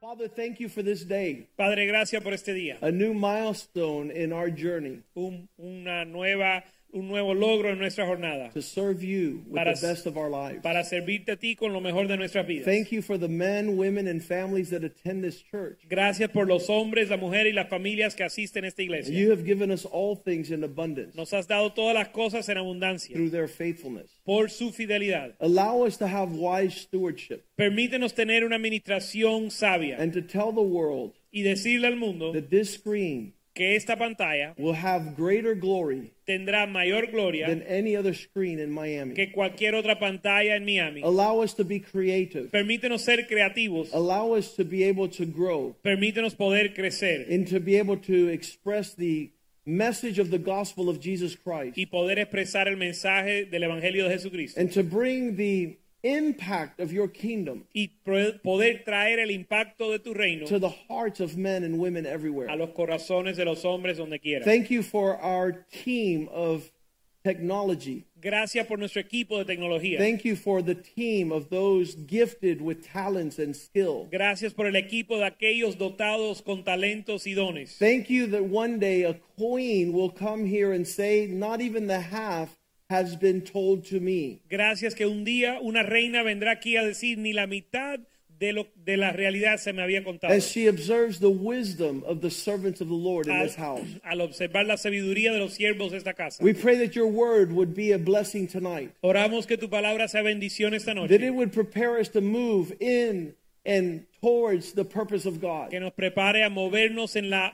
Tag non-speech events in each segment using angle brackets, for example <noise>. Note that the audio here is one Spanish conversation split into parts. Father, thank you for this day, Padre, gracias por este día. a new milestone in our journey Un, una nueva, un nuevo logro en nuestra jornada to serve you with Para- the best of our lives. para servirte a ti con lo mejor de nuestras vidas. Thank you for the men, women, and families that attend this church. Gracias por los hombres, la mujer y las familias que asisten a esta iglesia. You have given us all things in abundance Nos has dado todas las cosas en abundancia through their faithfulness. por su fidelidad. Allow us to have wise stewardship Permítenos tener una administración sabia and to tell the world y decirle al mundo that this screen que esta pantalla will have greater glory tendrá mayor than gloria any other screen in Miami. que cualquier otra pantalla en Miami. Allow us to be creative. Permítenos ser creativos. Allow us to be able to grow Permítenos poder crecer. and to be able to express the message of the gospel of Jesus Christ y poder expresar el mensaje del Evangelio de Jesucristo and to bring the impact of your kingdom y pro- poder traer el impacto de tu reino to the hearts of men and women a everywhere. los corazones de los hombres donde quiera. Thank you for our team of technology. Gracias por nuestro equipo de tecnología. Thank you for the team of those gifted with talents and skill. Gracias por el equipo de aquellos dotados con talentos y dones. Thank you that one day a queen will come here and say, Not even the half has been told to me. Gracias que un día una reina vendrá aquí a decir ni la mitad de, lo, de la realidad se me había contado. As she observes the wisdom of the servants of the Lord in this house. Al, al observar la sabiduría de los siervos de esta casa. We pray that your word would be a blessing tonight, Oramos que tu palabra sea bendición esta noche. that it would prepare us to move in and towards the purpose of God. que nos prepare a movernos en la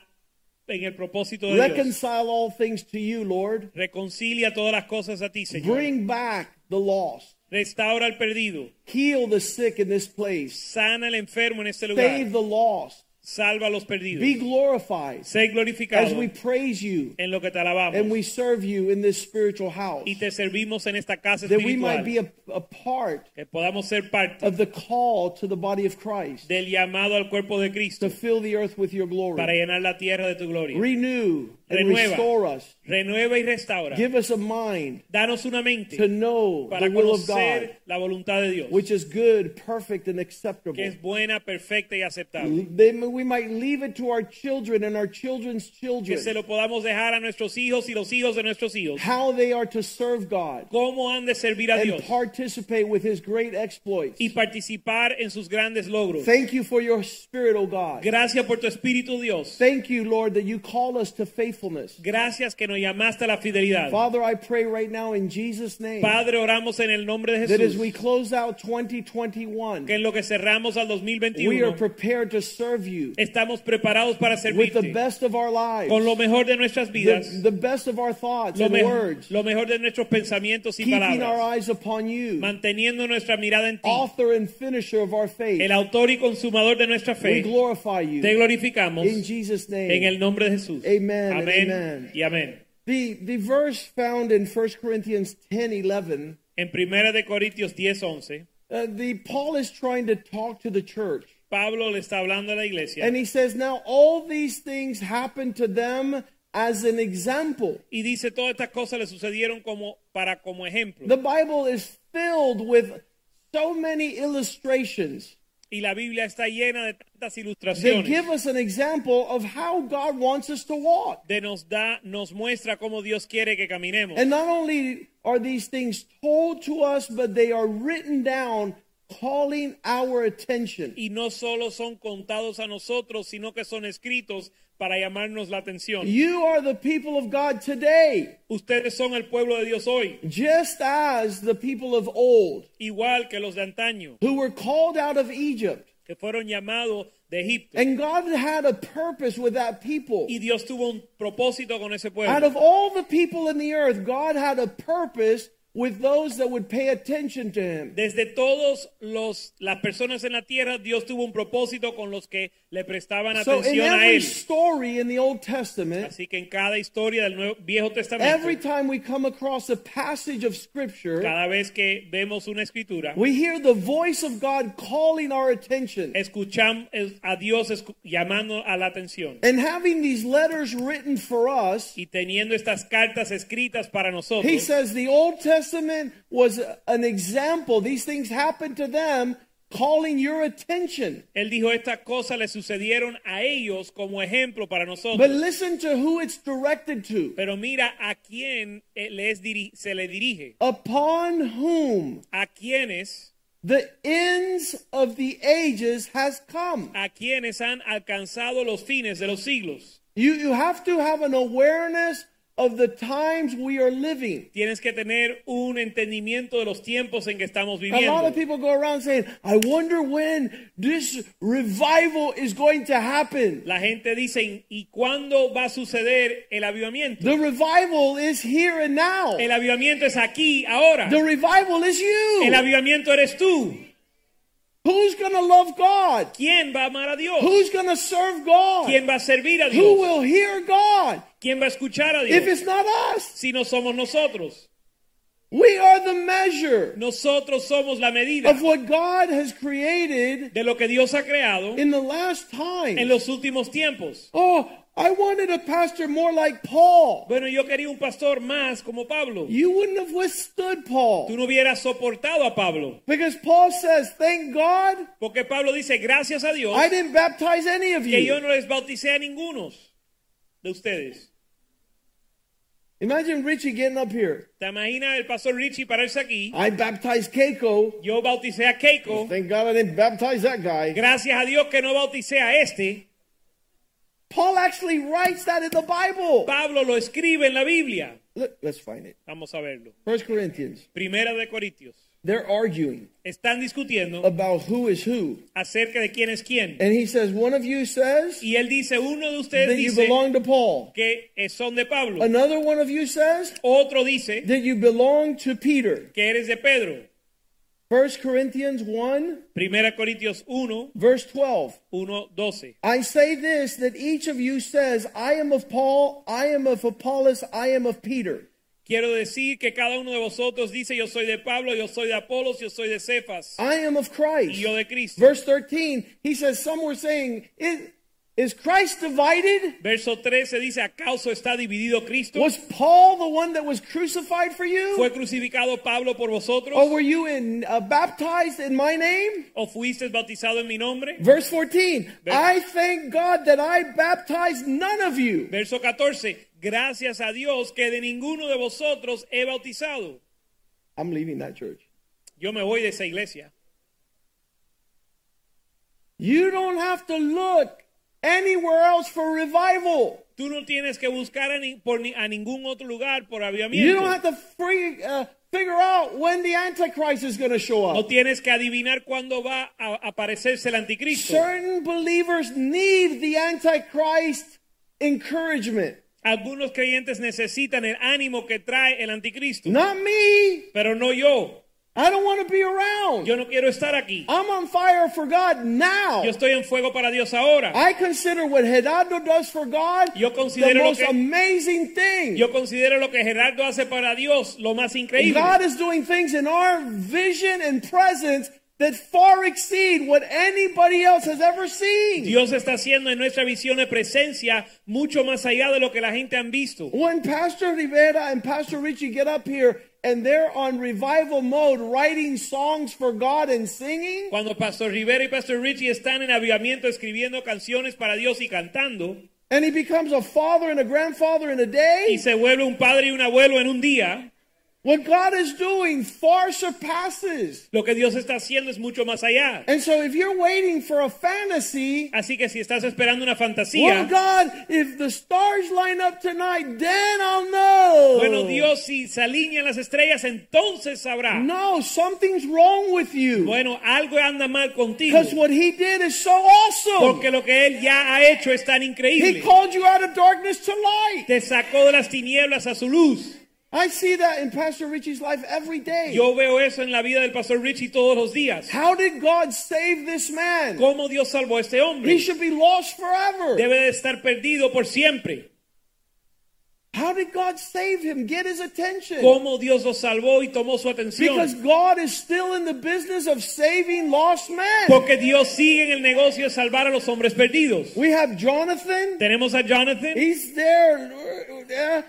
en el propósito de Dios. Reconcile all things to you, Lord. Reconcilia todas las cosas a ti, Señor. Bring back the lost. Restaura al perdido. Heal the sick in this place. Sana al enfermo en este Save lugar. the lost. Salva a los Be perdidos. glorified Sé as glorificado we praise you en lo que te alabamos and we serve you in this spiritual house, y te servimos en esta casa that we might espiritual. be a, a part Que podamos ser parte of the call to the body of Christ del llamado al cuerpo de Cristo to fill the earth with your para glory. llenar la tierra de tu gloria. Renew and Renueva. restore us. Renueva y restaura. Give us a mind Danos una mente to know the para will of God, conocer la voluntad de Dios, which is good, perfect, and acceptable. que es buena, perfecta y aceptable. Then we might leave it to our children and our children's que se children lo podamos dejar a nuestros hijos y los hijos de nuestros hijos. how they are to serve God Cómo han de servir a and Dios participate with His great exploits. y participar en sus grandes logros. Thank you for your spirit, O God. Gracias por tu espíritu, Dios. Thank you, Lord, that you call us to faithfulness. Gracias que nos llamaste a la fidelidad. Father, I pray right now in Jesus' name Padre, oramos en el nombre de that as we Jesús close out 2021, que en lo que cerramos al we are 2021 prepared to serve you estamos preparados para with the servirte best of our lives. con lo mejor de nuestras the, vidas, the best of our thoughts lo, and me- words, lo mejor de nuestros pensamientos y keeping our palabras, eyes upon you, manteniendo nuestra mirada en ti, author and finisher of our el faith. autor y consumador de nuestra We fe. glorify Te you glorificamos. in Jesus' En el name. nombre de Jesús. Amen and Amén amen. y amén. The, the verse found in 1 Corinthians 10 11, En Primera de Corintios 10, 11, uh, the, Paul is trying to talk to the church. Pablo le está hablando a la iglesia And he says, Now all these things happened to them as an example. y dice todas estas cosas le sucedieron como para como ejemplo. The Bible is filled with so many illustrations y la Biblia está llena de tantas that ilustraciones. give us an example of how God wants us to walk. de nos da, nos muestra cómo Dios quiere que caminemos. And not only are these things told to us, but they are written down, calling our attention. y no solo son contados a nosotros, sino que son escritos para llamarnos la atención. You are the people of God today, Ustedes son el pueblo de Dios hoy, just as the people of old igual que los de antaño, who were called out of Egypt. que fueron llamados de Egipto. And God had a purpose with that people. Y Dios tuvo un propósito con ese pueblo. Out of all the people in the earth, God had a purpose with those that would pay attention to him. Desde todos los las personas en la tierra, Dios tuvo un propósito con los que le prestaban So in atención a every él. story in the Old Testament, Así que en cada historia del Nuevo- Viejo Testamento, every time we come across a passage of scripture, cada vez que vemos una escritura, we hear the voice of God calling our attention. escuchamos a Dios escu- llamando a la atención. And having these letters written for us, Y teniendo estas cartas escritas para nosotros, he says the Old Testament was an example. These things happened to them, calling your attention. él dijo estas cosas le sucedieron a ellos como ejemplo para nosotros. But listen to who it's directed to. Pero mira a quién eh, le es diri- se le dirige, Upon whom a quienes the ends of the ages has come. a quienes han alcanzado los fines de los siglos. You, you have to have an awareness of the times we are living. Tienes que tener un entendimiento de los tiempos en que estamos A lot viviendo. of people go around saying, I wonder when this revival is going to happen. La gente dice, ¿y cuándo va a suceder el avivamiento? The revival is here and now. El avivamiento es aquí, ahora. The revival is El you. avivamiento eres tú. Who's going to love God? ¿Quién va a amar a Dios? Who's going to serve God? ¿Quién va a servir a Who Dios? will hear God? ¿Quién va a escuchar a If Dios? it's not us, Si no somos nosotros. we are the measure Nosotros somos la medida of what God has created de lo que Dios ha creado in the last en time. los últimos tiempos. Oh, I wanted a pastor more like Paul. Bueno, yo quería un pastor más como Pablo. You wouldn't have withstood Tú Paul no hubieras soportado a Pablo. because Paul says, Thank God Porque Pablo dice, gracias a Dios I didn't baptize any of que yo you. no les bauticé a ningunos de ustedes. Imagine Richie getting up here. ¿Te imaginas el pastor Richie pararse aquí? I baptized Keiko. Yo bauticé a Keiko. Thank God I didn't baptize that guy. Gracias a Dios que no bauticé a este. Paul actually writes that in the Bible. Pablo lo escribe en la Biblia. Let, us find it. Vamos a verlo. First Corinthians. Primera de Corintios. They're arguing Están discutiendo about who is who. acerca de quién es quién. And he says, one of you says Y él dice, uno de ustedes that you dice belong to Paul. que eh, son de Pablo. Another one of you says Otro dice that you belong to Peter. que eres de Pedro. First Corinthians 1, Primera Corintios 1, verse 12. 1, 12. I say this that each of you says, I am of Paul, I am of Apollos, I am of Peter. Quiero decir que cada uno de vosotros dice, yo soy de Pablo, yo soy de Apolos, yo soy de Cefas I am of y Christ. yo de Cristo. Verse 13, he says, Some were saying, Is, is Christ divided? Verso 13 dice, ¿acaso está dividido Cristo? Was Paul the one that was crucified for you? ¿Fue crucificado Pablo por vosotros? Or were you in, uh, baptized in my name? ¿O fuisteis bautizado en mi nombre? Verse 14 Ver- I thank God that I baptized none of you. Verso 14, gracias a Dios que de ninguno de vosotros he bautizado. I'm leaving that church. Yo me voy de esa iglesia. You don't have to look anywhere else for revival. Tú no tienes que buscar a, ni- por ni- a ningún otro lugar por You don't have avivamiento. to free, uh, figure out when the Antichrist is going to show No up. tienes que adivinar cuándo va a aparecerse el anticristo. Certain believers need the Antichrist encouragement. Algunos creyentes necesitan el ánimo que trae el anticristo, Not me. pero no yo. I don't want to be around. Yo no quiero estar aquí. I'm on fire for God now. Yo estoy en fuego para Dios ahora. I consider what Gerardo does for God Yo the considero lo most que amazing thing. yo considero lo que Gerardo hace para Dios lo más increíble. God is doing things in our vision and presence that far exceed what anybody else has ever seen. Dios está haciendo en nuestra visión de presencia mucho más allá de lo que la gente han visto. When Pastor Rivera and Pastor Richie get up here and they're on revival mode writing songs for God and singing, Cuando Pastor Rivera y Pastor Richie están en avivamiento escribiendo canciones para Dios y cantando, and he becomes a father and a grandfather in a y day, se vuelve un padre y un abuelo en un día, what God is doing far surpasses. lo que Dios está haciendo es mucho más allá. And so if you're waiting for a fantasy, Así que si estás esperando una Well, fantasía, God, if the stars line up tonight, then I'll know. bueno Dios, si se alinean las estrellas, entonces sabrá. No, something's wrong with you. Bueno, algo anda mal contigo, Because what he did is so awesome. porque lo que Él ya ha hecho es tan He increíble. called you out of darkness to light. Te sacó de las tinieblas a su luz. I see that in Pastor Richie's life every day. Yo veo eso en la vida del pastor Richie todos los días. How did God save this man? ¿Cómo Dios salvó a este He hombre? should be lost forever. Debe de estar perdido por siempre. How did God save him? Get his attention. ¿Cómo Dios lo salvó y tomó su atención? Because God is still in the business of saving lost men. Porque Dios sigue en el negocio de salvar a los hombres perdidos. We have Jonathan. Tenemos a Jonathan. He's there.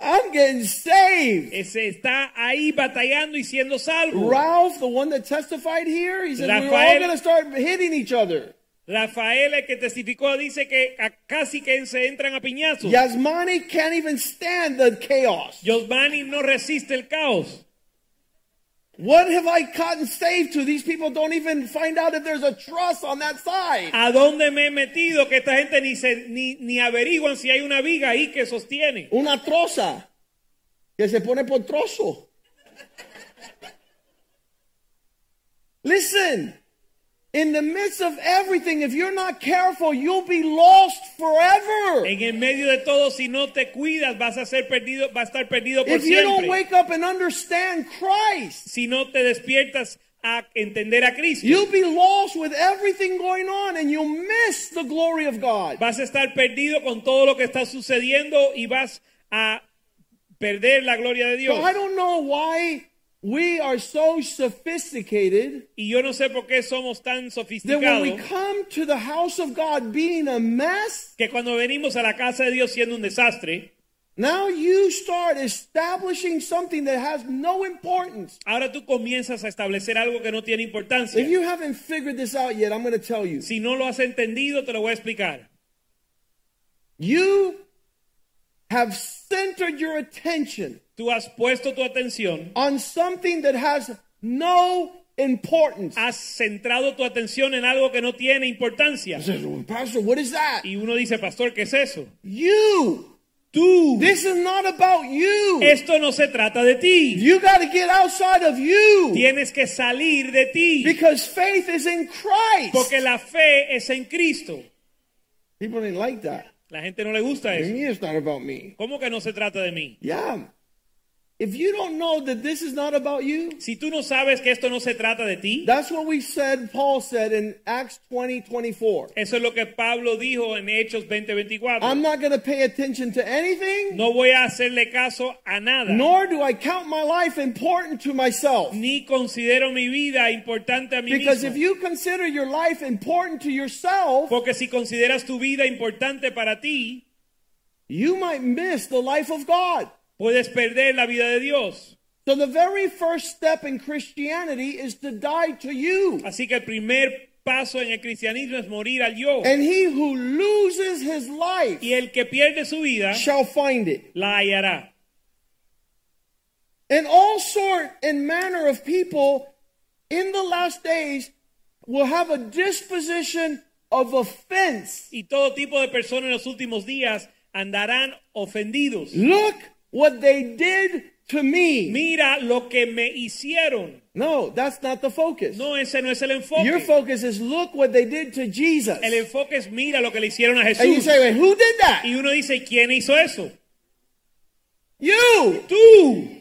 I'm getting saved. Ese está ahí batallando y siendo salvo. Ralph, the one that testified here, he said, We're all Rafael. going to start hitting each other. Rafael, el que testificó, dice que a- casi que se entran a piñazos. Yasmani can't even stand the chaos. Giovanni no resiste el caos. What have I gotten saved to? These people don't even find out if there's a trust on that side. ¿A dónde me he metido que esta gente ni, se, ni, ni averiguan si hay una viga ahí que sostiene? Una troza que se pone por trozo. Listen, in the midst of everything, if you're not careful, you'll be lost forever. En el medio de todo, si no te cuidas, vas a ser perdido, vas a estar perdido por If you don't siempre. wake up and understand Christ, Si no te despiertas a entender a Cristo, you'll be lost with everything going on and you'll miss the glory of God. vas a estar perdido con todo lo que está sucediendo y vas a perder la gloria de Dios. So I don't know why we are so sophisticated Y yo no sé por qué somos tan that when sofisticados we come to the house of God being a mess, que cuando venimos a la casa de Dios siendo un desastre, now you start establishing something that has no importance. ahora tú comienzas a establecer algo que no tiene importancia. If you haven't figured this out yet, I'm going to tell you. Si no lo has entendido, te lo voy a explicar. You have centered your attention Tú has puesto tu atención, on something that has no importance. has centrado tu atención en algo que no tiene importancia. Pastor, what is that? Y uno dice, pastor, ¿qué es eso? You. Tú. This is not about you. Esto no se trata de ti. You got to get outside of you. Tienes que salir de ti. Because faith is in Christ. Porque la fe es en Cristo. People didn't like that. La gente no le gusta To eso. me, it's not about me. ¿Cómo que no se trata de mí? Yeah. If you don't know that this is not about you, Si tú no sabes que esto no se trata de ti, that's what we said, Paul said in Acts 20 24. eso es lo que Pablo dijo en Hechos 20:24. I'm not going to pay attention to anything, No voy a hacerle caso a nada. nor do I count my life important to myself. Ni considero mi vida importante a mí Because if mismo. you consider your life important to yourself, Porque si consideras tu vida importante para ti, you might miss the life of God. puedes perder la vida de Dios. So the very first step in Christianity is to die to you. Así que el primer paso en el cristianismo es morir al yo. And he who loses his life Y el que pierde su vida, shall find it. la hallará. And all sort and manner of people in the last days will have a disposition of offense. Y todo tipo de personas en los últimos días andarán ofendidos. Look what they did to me. Mira lo que me hicieron. No, that's not the focus. No, ese no es el enfoque. Your focus is look what they did to Jesus. El enfoque es mira lo que le hicieron a And you Jesús. say, Wait, who did that? Y uno dice, ¿quién hizo eso? You! Tú,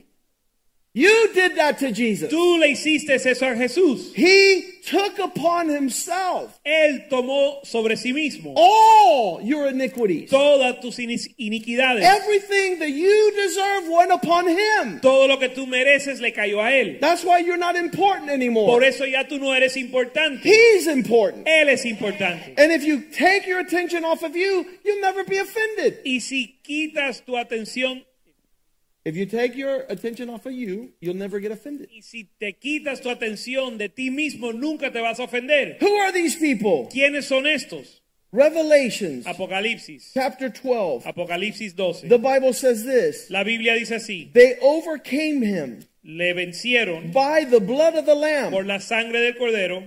You did that to Jesus. tú le hiciste eso a Jesús. He took upon himself Él tomó sobre sí mismo all your iniquities. todas tus ini- iniquidades. Everything that you deserve went upon him. Todo lo que tú mereces le cayó a él. That's why you're not important Por anymore. eso ya tú no eres importante. He's important. Él es importante. And if you take your attention off of you, you'll never be offended. Y si quitas tu atención, If you take your attention off of you, you'll never get offended. y si te quitas tu atención de ti mismo, nunca te vas a ofender. Who are these people? ¿Quiénes son estos? Revelations Apocalipsis. chapter 12. Apocalipsis 12. The Bible says this La Biblia dice así. They overcame him Le vencieron by the blood of the Lamb. por la sangre del cordero.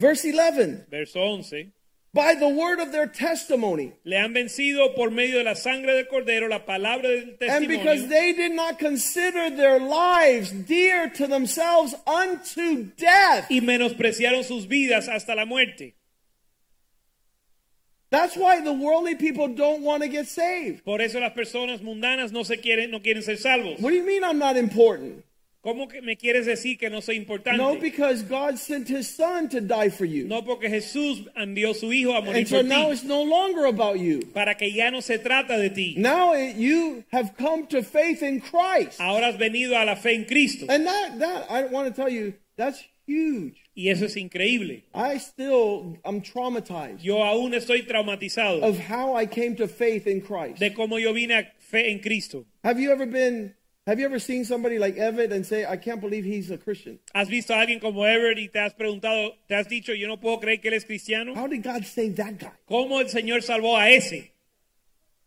Verse 11 Verso 11. by the word of their testimony. Le han vencido por medio de la sangre del cordero, la palabra del And testimonio. because they did not consider their lives dear to themselves unto death, y menospreciaron sus vidas hasta la muerte. That's why the worldly people don't want to get saved. Por eso las personas mundanas no se quieren, no quieren ser salvos. What do you mean I'm not important? ¿Cómo que me quieres decir que no soy importante? No, because God sent his son to die for you. No, porque Jesús envió su hijo a morir And so por now ti it's no longer about you. para que ya no se trata de ti. Now it, you have come to faith in Christ. Ahora has venido a la fe en Cristo And that, that I want to tell you, that's huge. y eso es increíble. I still, I'm traumatized Yo aún estoy traumatizado of how I came to faith in Christ. de cómo yo vine a fe en Cristo. Have you ever been, have you ever seen somebody like Evid and say, I can't believe he's a Christian? ¿Has visto a alguien como Everett y te has preguntado, te has dicho, yo no puedo creer que él es cristiano? How did God save that guy? ¿Cómo el Señor salvó a ese?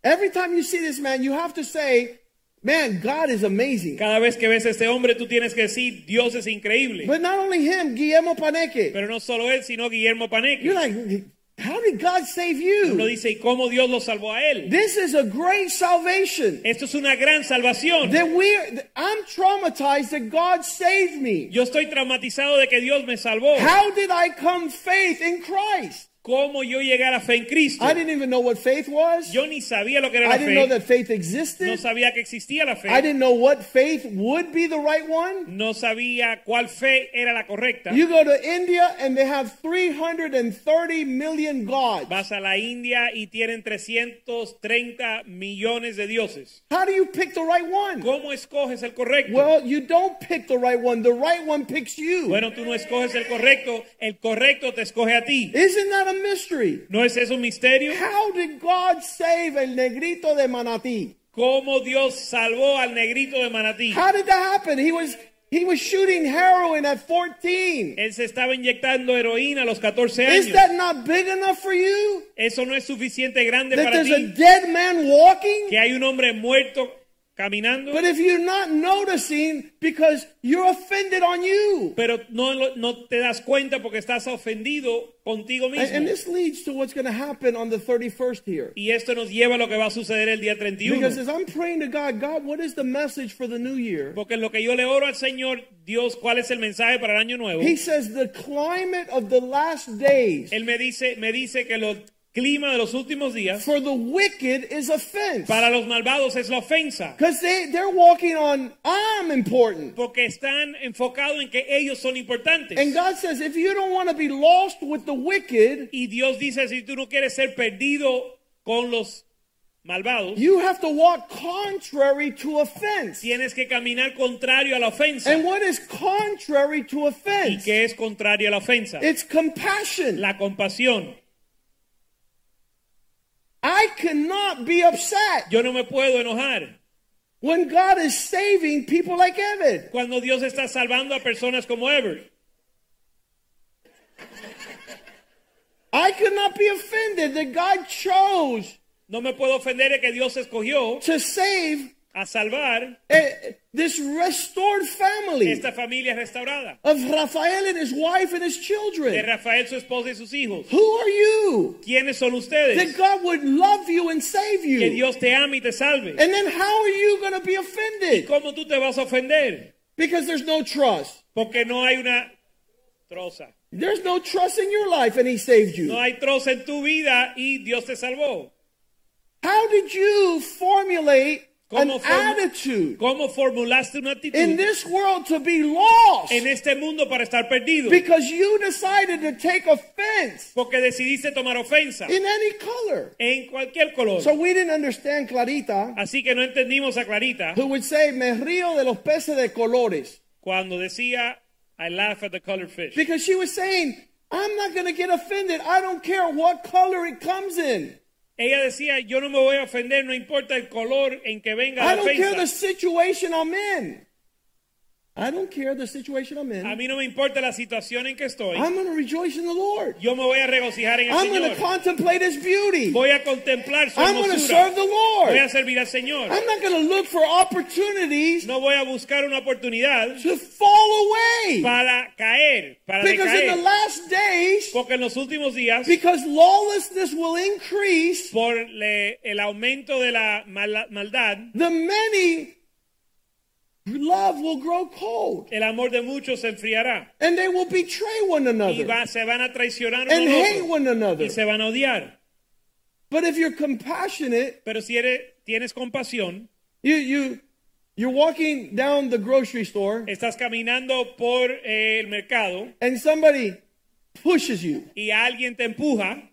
Every time you see this man, you have to say, man, God is amazing. Cada vez que ves a este hombre, tú tienes que decir, Dios es increíble. But not only him, Guillermo Paneque. Pero no solo él, sino Guillermo Paneque. You're like, how did God save Uno you? dice, ¿y cómo Dios lo salvó a él? This is a great salvation. Esto es una gran salvación. That we, I'm traumatized that God saved me. Yo estoy traumatizado de que Dios me salvó. How did I come faith in Christ? ¿Cómo yo llegué a la fe en Cristo? I didn't even know what faith was. Yo ni sabía lo que era I la didn't know fe. that faith No existed. sabía que existía la fe. I didn't know what faith would be the right one. No sabía cuál fe era la correcta. You go to India and they have 330 million gods. Vas a la India y tienen 330 millones de dioses. How do you pick the right one? ¿Cómo escoges el correcto? Well, you don't pick the right one. The right one picks you. bueno, tú no escoges el correcto, el correcto te escoge a ti. Isn't that a mystery? ¿No es eso un misterio? How did God save El Negrito de Manatí? ¿Cómo Dios salvó al negrito de Manatí? How did that happen? He was he was shooting heroin at 14. Él se estaba inyectando heroína a los 14 años. Is that not big enough for you? Eso no es suficiente grande That para there's a ti. dead man walking? Que hay un hombre muerto caminando, But if you're not noticing because you're offended on you. pero no, lo- no te das cuenta porque estás ofendido contigo mismo. And, and this leads to what's going to happen on the 31st here. y esto nos lleva a lo que va a suceder el día 31. Because as I'm praying to God, God, what is the message for the new year? Porque en lo que yo le oro al Señor, Dios, ¿cuál es el mensaje para el año nuevo? He says the climate of the last days Él me dice, me dice que el clima de los últimos días for the wicked is offense. para los malvados es la ofensa. Because they, they're walking on, I'm important. Porque están enfocados en que ellos son importantes. And God says, if you don't want to be lost with the wicked, y Dios dice, si tú no quieres ser perdido con los malvados, you have to walk contrary to offense. tienes que caminar contrario a la ofensa. And what is contrary to ¿Y offense? qué es contrario a la ofensa? It's compassion. La compasión. I cannot be upset Yo no me puedo enojar. when God is saving people like Evid. Cuando Dios está salvando a personas como Everett, I could not be offended that God chose no me puedo ofender de que Dios escogió to save a salvar eh, this restored family esta familia restaurada. of Raphael and his wife and his De children. Rafael, su esposa y sus hijos. Who are you? ¿Quiénes son That ustedes? God would love you and save Que you. Dios te ama y te salve. And then how are you going to be offended? ¿Cómo tú te vas a ofender? Because there's no trust. Porque no hay una troza. There's no trust in your life and he saved No you. hay troza en tu vida y Dios te salvó. How did you formulate an ¿Cómo form- attitude ¿Cómo formulaste una in actitud this world to be lost? en este mundo para estar perdido? Because you decided to take offense Porque decidiste tomar ofensa in any color. en cualquier color. So we didn't understand Clarita, Así que no entendimos a Clarita who would say, me río de los peces de colores. cuando decía, I laugh at the colored fish. Because she was saying, I'm not going to get offended. I don't care what color it comes in. Ella decía, yo no me voy a ofender, no importa el color en que venga I la don't care the ofensa. situation I'm in. I don't care the situation I'm A in. mí no me importa la situación en que estoy. I'm going to rejoice in the Lord. Yo me voy a regocijar en el I'm going to Señor. contemplate His beauty. Voy a contemplar su I'm going to hermosura. serve the Voy a Lord. servir al Señor. I'm not going to look for opportunities No voy a buscar una oportunidad to fall away. para caer, para Because in the decaer. last days, Porque en los últimos días, because lawlessness will increase, por le- el aumento de la mala- maldad, the many love will grow cold. el amor de muchos se enfriará. And they will betray one Y another va- se van a traicionar and uno al hate otro. one another. y se van a odiar. But if you're compassionate, Pero si eres, tienes compasión, you you you're walking down the grocery store estás caminando por eh, el mercado and somebody pushes you y alguien te empuja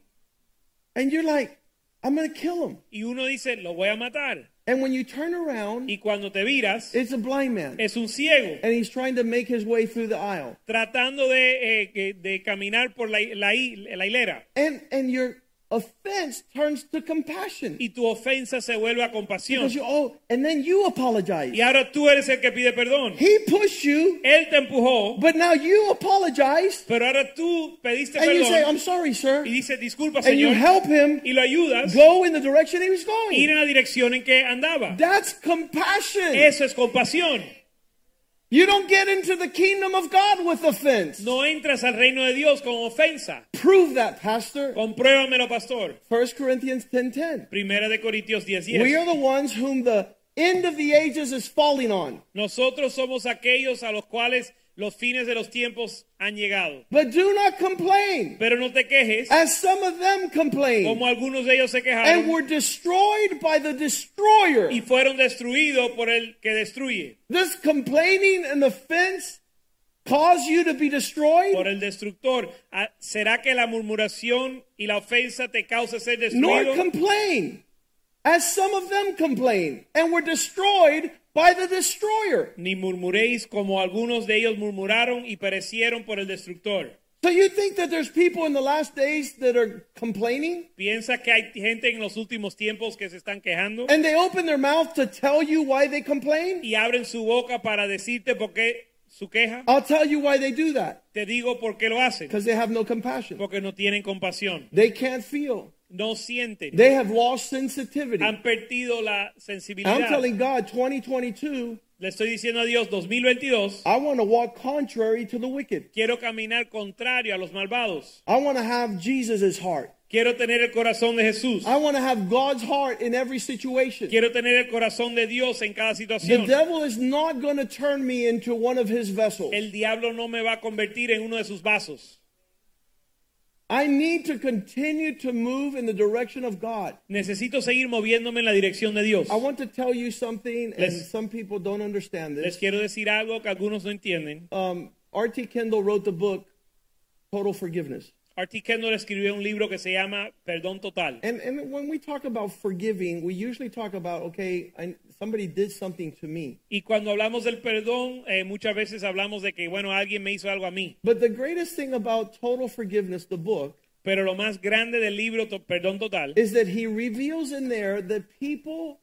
and you're like, I'm going to kill him. y uno dice, lo voy a matar. And when you turn around, Y cuando te viras, it's a blind man es un ciego and he's trying to make his way through the aisle. tratando de, eh, que- de caminar por la, la hi- la hilera. And and your offense turns to compassion. Y tu ofensa se vuelve a compasión. Because you oh, and then you apologize. Y ahora tú eres el que pide perdón. He pushed you, Él te empujó, but now you apologize pero ahora tú pediste and you say, perdón "I'm sorry, sir," y dices disculpa, and you Señor, help him y lo ayudas a go in the direction he was ir going. en la dirección en que andaba. That's compassion. Eso es compasión. You don't get into the kingdom of God with offense. No entras al reino de Dios con ofensa. Prove that, pastor. Compruébamelo, pastor. 1 Corinthians 10:10. Primera de Corintios 10:10. We are the ones whom the end of the ages is falling on. Nosotros somos aquellos a los cuales los fines de los tiempos han llegado. But do not complain, Pero no te quejes, as some of them complained, como algunos de ellos se and quejaron were destroyed by the destroyer. y fueron destruidos por el que destruye, This complaining and offense cause you to be por destroyed? el destructor. Ah, ¿Será que la murmuración y la ofensa te causa ser Nor destruido? complain, as some of them complained, and were destroyed by the destroyer. Ni murmuréis como algunos de ellos murmuraron y perecieron por el destructor. So you think that there's people in the last days that are complaining? ¿Piensas que hay gente en los últimos tiempos que se están quejando? And they open their mouth to tell you why they complain? Y abren su boca para decirte por qué su queja. I'll tell you why they do that. Te digo por qué lo hacen. Because they have no compassion. Porque no tienen compasión. They can't feel. No sienten. They have lost sensitivity. han I'm perdido la sensibilidad. telling God, 2022, Le estoy diciendo a Dios, 2022, I want to walk contrary to the wicked. quiero caminar contrario a los malvados. I want to have Jesus' heart. Quiero tener el corazón de Jesús. I want to have God's heart in every situation. Quiero tener el corazón de Dios en cada The situación. devil is not going to turn me into one of his vessels. El diablo no me va a convertir en uno de sus vasos. I need to continue to move in the direction of God. Necesito seguir moviéndome en la dirección de Dios. I want to tell you something, and Les- some people don't understand this. Les quiero decir algo que algunos no entienden. Um, R.T. Kendall wrote the book Total Forgiveness. Artie Kendall escribió un libro que se llama Perdón Total. And, and when we talk about forgiving, we usually talk about, okay, I, somebody did something to me. Y cuando hablamos del perdón, eh, muchas veces hablamos de que, bueno, alguien me hizo algo a mí. But the greatest thing about Total Forgiveness, the book, Pero lo más grande del libro to- Perdón Total is that he reveals in there that people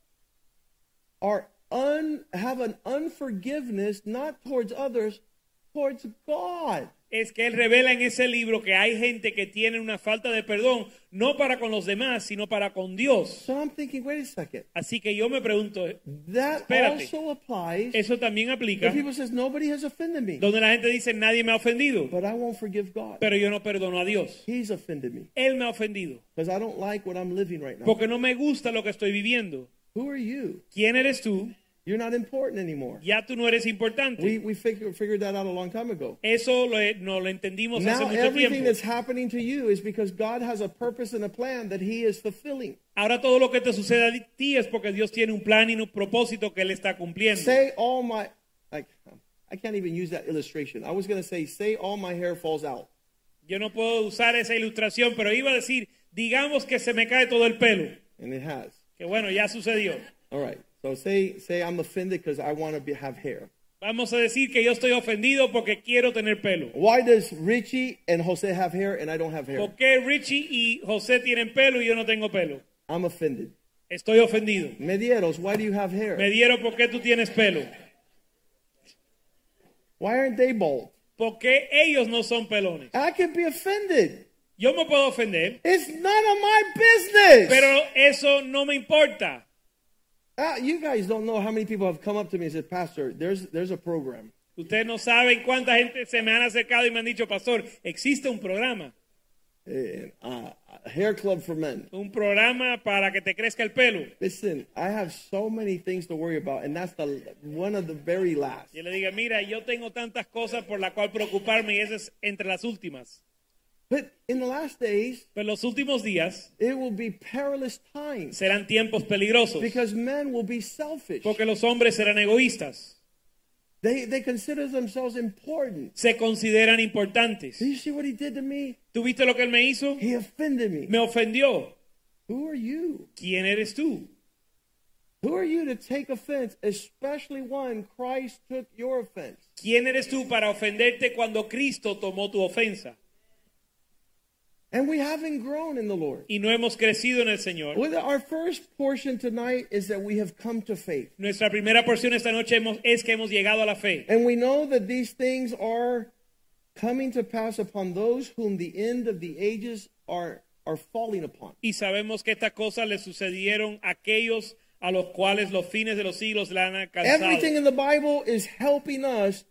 are un, have an unforgiveness not towards others, towards God. es que él revela en ese libro que hay gente que tiene una falta de perdón, no para con los demás, sino para con Dios. So I'm thinking, wait a second, Así que yo me pregunto, that Espérate. also applies. eso también When aplica people says nobody has offended me, donde la gente dice nadie me ha ofendido, but I won't forgive God. pero yo no perdono a Dios. He's offended me Él me ha ofendido because I don't like what I'm living right now. porque no me gusta lo que estoy viviendo. Who are you? ¿Quién eres tú? You're not important anymore. Ya tú no eres We importante. we figured figured that out a long time ago. Eso lo, no lo entendimos hace Now mucho everything tiempo. that's happening to you is because God has a purpose and a plan that He is fulfilling. Ahora todo lo que te sucede a ti es porque Dios tiene un plan y un propósito que Él está cumpliendo. Say all my like I can't even use that illustration. I was gonna say, say all my hair falls out. Yo no puedo usar esa ilustración, pero iba a decir, digamos que se me cae todo el pelo. And it has. Que bueno, ya sucedió. All right. So say say I'm offended because I want to be, have hair. Vamos a decir que yo estoy ofendido porque quiero tener pelo. Why does Richie and Jose have hair and I don't have hair? ¿Por qué Richie y José tienen pelo y yo no tengo pelo? I'm offended. Estoy ofendido. Medieros, why do you have Me hair? dieron por qué tú tienes pelo. Why aren't they bald? ¿Por qué ellos no son pelones? I can be offended. Yo me puedo ofender, It's none of my business. pero eso no me importa. Ah, you guys don't know how many people have come up to me and said, Pastor, there's there's a program. Ustedes no saben cuánta gente se me han acercado y me han dicho, pastor, existe un programa. eh, uh, hair club for men. Un programa para que te crezca el pelo. Listen, I have so many things to worry about, and that's the one of the very last. Y le diga, mira, yo tengo tantas cosas por la cual preocuparme y esa es entre las últimas. But in the last days, Pero en los últimos días it will be perilous times serán tiempos peligrosos because men will be selfish. porque los hombres serán egoístas, They, they consider themselves important. se consideran importantes. Do you see what he did to me? ¿Tuviste lo que él me hizo? He offended me. Me ofendió. Who are you? ¿Quién eres tú? Who are you to take offense, especially one Christ took your offense? ¿Quién eres tú para ofenderte cuando Cristo tomó tu ofensa? And we haven't grown in the Lord. Y no hemos crecido en el Señor. Well, our first portion tonight is that we have come to faith. Nuestra primera porción esta noche hemos- es que hemos llegado a la fe. And we know that these things are coming to pass upon those whom the end of the ages are, are falling upon. Y sabemos que estas cosas le sucedieron a aquellos a los cuales los fines de los siglos la han Everything alcanzado. in the Bible is helping us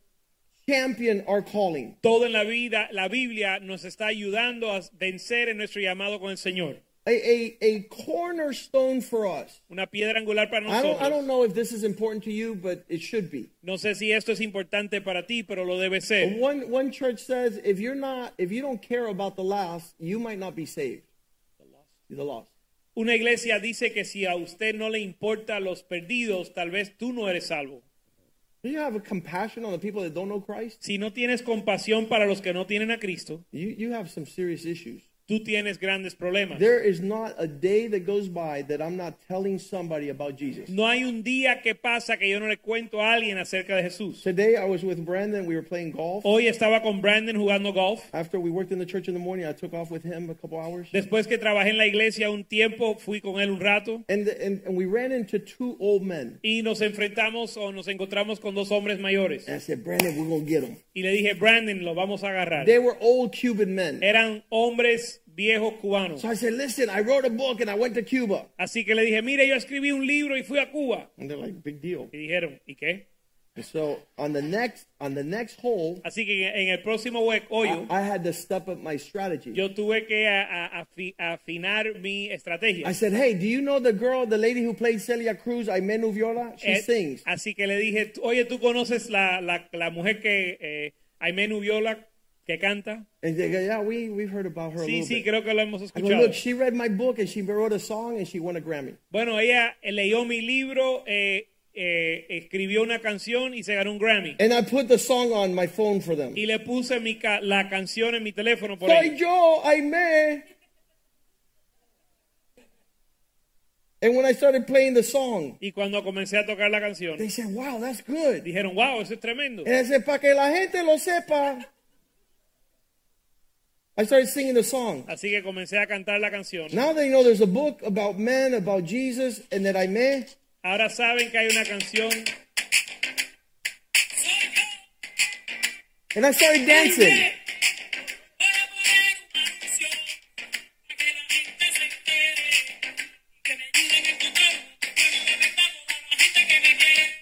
champion our calling. Todo en la vida, la Biblia nos está ayudando a vencer en nuestro llamado con el Señor. A, a, a cornerstone for us. Una piedra angular para I don't, I don't nosotros. know if this is important to you, but it should be. No sé si esto es importante para ti, pero lo debe ser. One, one church says if you're not if you don't care about the last, you might not be saved. The lost. Una iglesia dice que si a usted no le importa los perdidos, tal vez tú no eres salvo. Do you have a compassion on the people that don't know Christ? Si no tienes compasión para los que no tienen a Cristo, You you have some serious issues. tú tienes grandes problemas. There is not a day that goes by that I'm not telling somebody about Jesus. No hay un día que pasa que yo no le cuento a alguien acerca de Jesús. Today I was with Brandon. We were playing golf. Hoy estaba con Brandon jugando golf. After we worked in the church in the morning, I took off with him a couple hours. Después que trabajé en la iglesia un tiempo, fui con él un rato And, and, and we ran into two old men. y nos enfrentamos o nos encontramos con dos hombres mayores. And I said, Brandon, we're going to get them. Y le dije, Brandon, lo vamos a agarrar. They were old Cuban men. Eran hombres viejos cubanos. So I said, listen, I wrote a book and I went to Cuba. Así que le dije, mire, yo escribí un libro y fui a Cuba. And they're like, big deal. Y dijeron, ¿y qué? And so on the next on the next hole, Así que en el próximo hue- hoyo, I, I had to step up my strategy. yo tuve que a- a- afi- afinar mi estrategia. I said, hey, do you know the girl, the lady who played Celia Cruz, Aimee Viola? She Eh, sings. Así que le dije, oye, ¿tú conoces la, la, la mujer que eh, Aimee Nubiola que canta? And they go, yeah, we, we've heard about her a Sí, little sí, bit. creo que lo hemos I go, escuchado. look, she read my book and she wrote a song and she won a Grammy. Bueno, ella eh, leyó mi libro, eh, eh, escribió una canción y se ganó un Grammy. And I put the song on my phone for them. Y le puse mi ca- la canción en mi teléfono por Soy ella. yo, Aimee. And when I started playing the song, Y cuando comencé a tocar la canción, they said, wow, that's good. dijeron, wow, eso es tremendo. And I said, para que la gente lo sepa. I started singing the song. Así que comencé a cantar la canción. Now they know there's a book about men, about Jesus, and that Aimee. Ahora saben que hay una canción And I started dancing.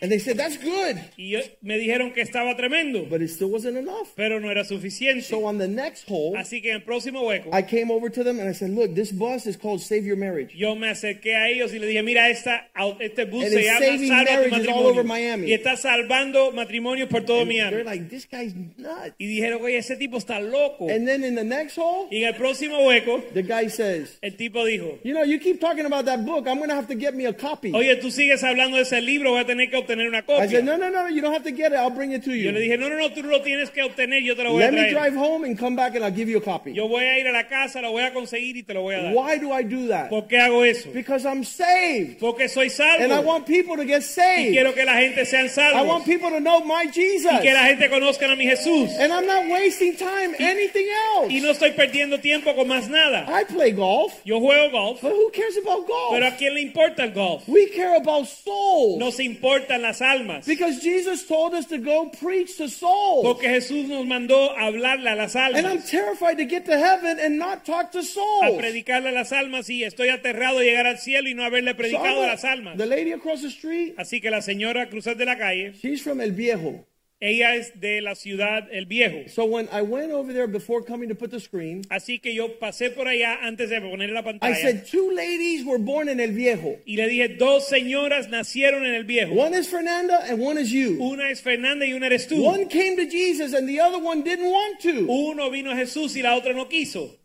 And they said, that's good. y yo- me dijeron que estaba tremendo, But it still wasn't enough. pero no era suficiente. Pues. So on the next hole, Así que en el próximo hueco, I came over to them and I said, look, this bus is called Save Your Marriage. yo me acerqué a ellos y le dije, mira, esta, au- este bus And se it's llama saving Salva tu marriages all over Matrimonio Miami. y está salvando matrimonios por todo They're Miami. like, this guy's nuts. Y dijeron, oye, ese tipo está loco. And then in the next hole, Y en el próximo hueco, the guy says, el tipo dijo, you know, you keep talking about that book. I'm going to have to get me a copy. oye, tú sigues hablando de ese libro, voy Oh, a tener que obtener una I copia. said, no, no, no, you don't have to get it. I'll bring it to Yo le you. dije, no, no, no, tú lo tienes que obtener, yo te lo voy a Let me traer. drive home and come back and I'll give you a copy. Yo voy a ir a la casa, lo voy a conseguir y te lo voy a dar. Why do I do that? ¿Por qué hago eso? Because I'm saved. Porque soy And I salvo. want people to get Y saved. quiero que la gente sean I want salvos. people to know my Jesus. Que la gente conozca a mi Jesús. And I'm not wasting time anything Y else. no estoy perdiendo tiempo con más nada. I play golf, Yo juego golf, but who cares about pero golf? ¿a quién le importa el golf? We care about souls. Nos importan las almas. Because Jesus told us to go preach to souls. Porque Jesús nos mandó a hablarle a las And I'm almas, terrified to get to heaven and not talk to a souls. predicarle a las almas y estoy aterrado de llegar al cielo y no haberle So I'm predicado a like- las almas. the lady across the street, Así que la señora cruzar de la calle, she's from El Viejo. Ella es de la ciudad El Viejo. So when I went over there before coming to put the screen, Así que yo pasé por allá antes de poner la I pantalla said two ladies were born in El Viejo. y le dije, dos señoras nacieron en El Viejo. One is Fernanda and one is you. Una es Fernanda y una eres tú. One came to Jesus and the other one didn't want to. Uno vino a Jesús y la otra no quiso.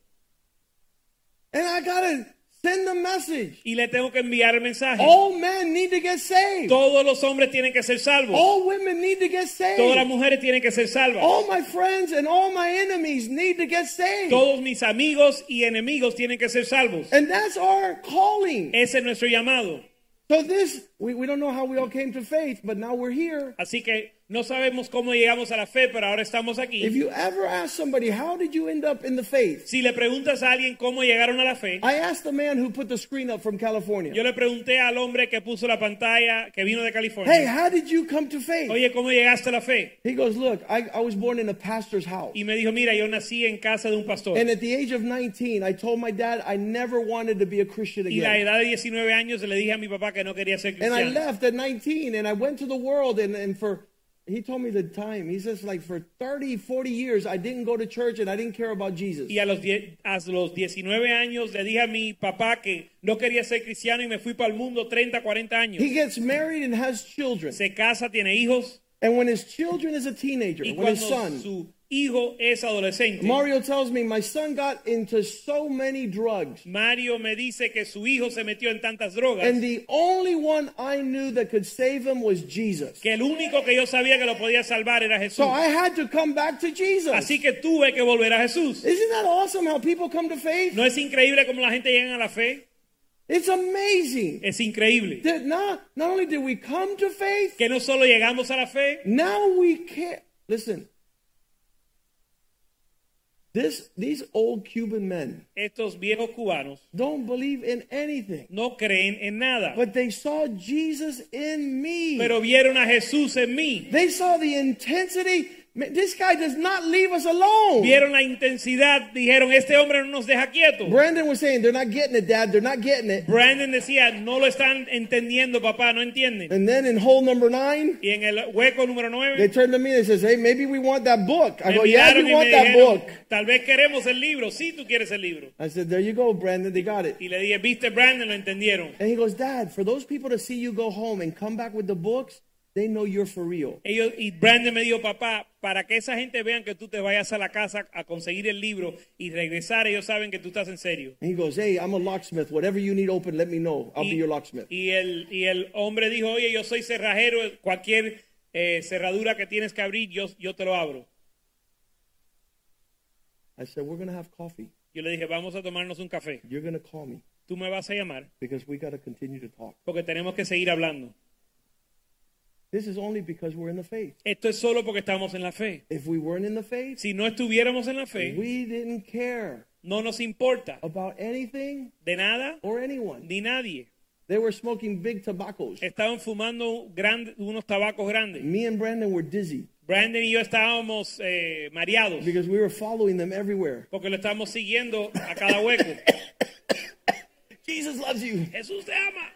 And I gotta send the message. Y le tengo que enviar el mensaje. All men need to get saved. Todos los hombres tienen que ser salvos. All women need to get Todas las saved. mujeres tienen que ser salvas. All my friends and all my enemies need to get saved. Todos mis amigos y enemigos tienen que ser salvos. And that's our calling. Ese es nuestro llamado. So this, we, we don't know how we all came to faith, but now we're here. Así que no sabemos cómo llegamos a la fe, pero ahora estamos If aquí. you ever ask somebody, how did you end up in the faith? Si le preguntas a alguien cómo llegaron a la fe, I asked the man who put the screen up from yo California, le pregunté al hombre que puso la pantalla, que vino de California, hey, how did you come to faith? oye, ¿cómo llegaste a la fe? He goes, look, I, I was born in a pastor's house. Y me dijo, mira, yo nací en casa de un pastor. And at the age of 19, I told my dad I never wanted to be a Christian Y la again. edad de 19 años le dije a mi papá que no quería ser And I cristiano. left at 19 and I went to the world and, and for, he told me the time. He says like for 30, 40 years, I didn't go to church and I didn't care about Jesus. Y a los, die- a los 19 años le dije a mi papá que no quería ser cristiano y me fui para el mundo 30, 40 años. He gets married and has children. Se casa, tiene hijos. And when his children is a teenager, Y when cuando his son, su hijo es adolescente, Mario tells me, my son got into so many drugs. Mario me dice que su hijo se metió en tantas drogas And the only one I knew that could save him was Jesus. que el único que yo sabía que lo podía salvar era Jesús. So I had to come back to Jesus. Así que tuve que volver a Jesús. Isn't that awesome how people come to faith? ¿No es increíble cómo la gente llega a la fe? It's amazing. Es increíble. That not, not only did we come to faith, Que no solo llegamos a la fe, now we care. Listen. This, these old Cuban men estos viejos cubanos don't believe in anything. no creen en nada, But they saw Jesus in me. pero vieron a Jesús en mí. they saw the intensity. Man, this guy does not leave us alone. Vieron la intensidad, dijeron, este hombre no nos deja quietos. Brandon was saying, they're not getting it, Dad. They're not getting it. Brandon decía, no lo están entendiendo, papá, no entienden. And then in hole number nine, Y en el hueco número 9, they turned to me and says, hey, maybe we want that book. I Me go, yeah, we miraron y me want that dijeron, book. tal vez queremos el libro, si tú quieres el libro. I said, there you go, Brandon. They got it. Y le dije, viste Brandon, lo entendieron. And he goes, Dad, for those people to see you go home and come back with the books, they know you're for real. Ellos, y Brandon me dijo, papá, para que esa gente vean que tú te vayas a la casa a conseguir el libro y regresar, ellos saben que tú estás en serio. And he goes, hey, I'm a locksmith. Whatever you need open, let me know. I'll be Y, your locksmith. y el, y el hombre dijo, oye, yo soy cerrajero, cualquier eh, cerradura que tienes que abrir, yo, yo te lo abro. I said, we're going to have coffee. Yo le dije, vamos a tomarnos un café. You're going to call me Tú me vas a llamar because we got to continue to talk. porque tenemos que seguir hablando. This is only because we're in the faith. Esto es solo porque estamos en la fe. If we weren't in the faith, Si no estuviéramos en la fe, we didn't care no nos importa about anything de nada or anyone. ni nadie. They were smoking big tobaccos. Estaban fumando gran- unos tabacos grandes. Me and Brandon were dizzy Brandon y yo estábamos eh, mareados because we were following them everywhere. porque lo estábamos siguiendo a cada hueco. Jesus loves you. Jesús te ama.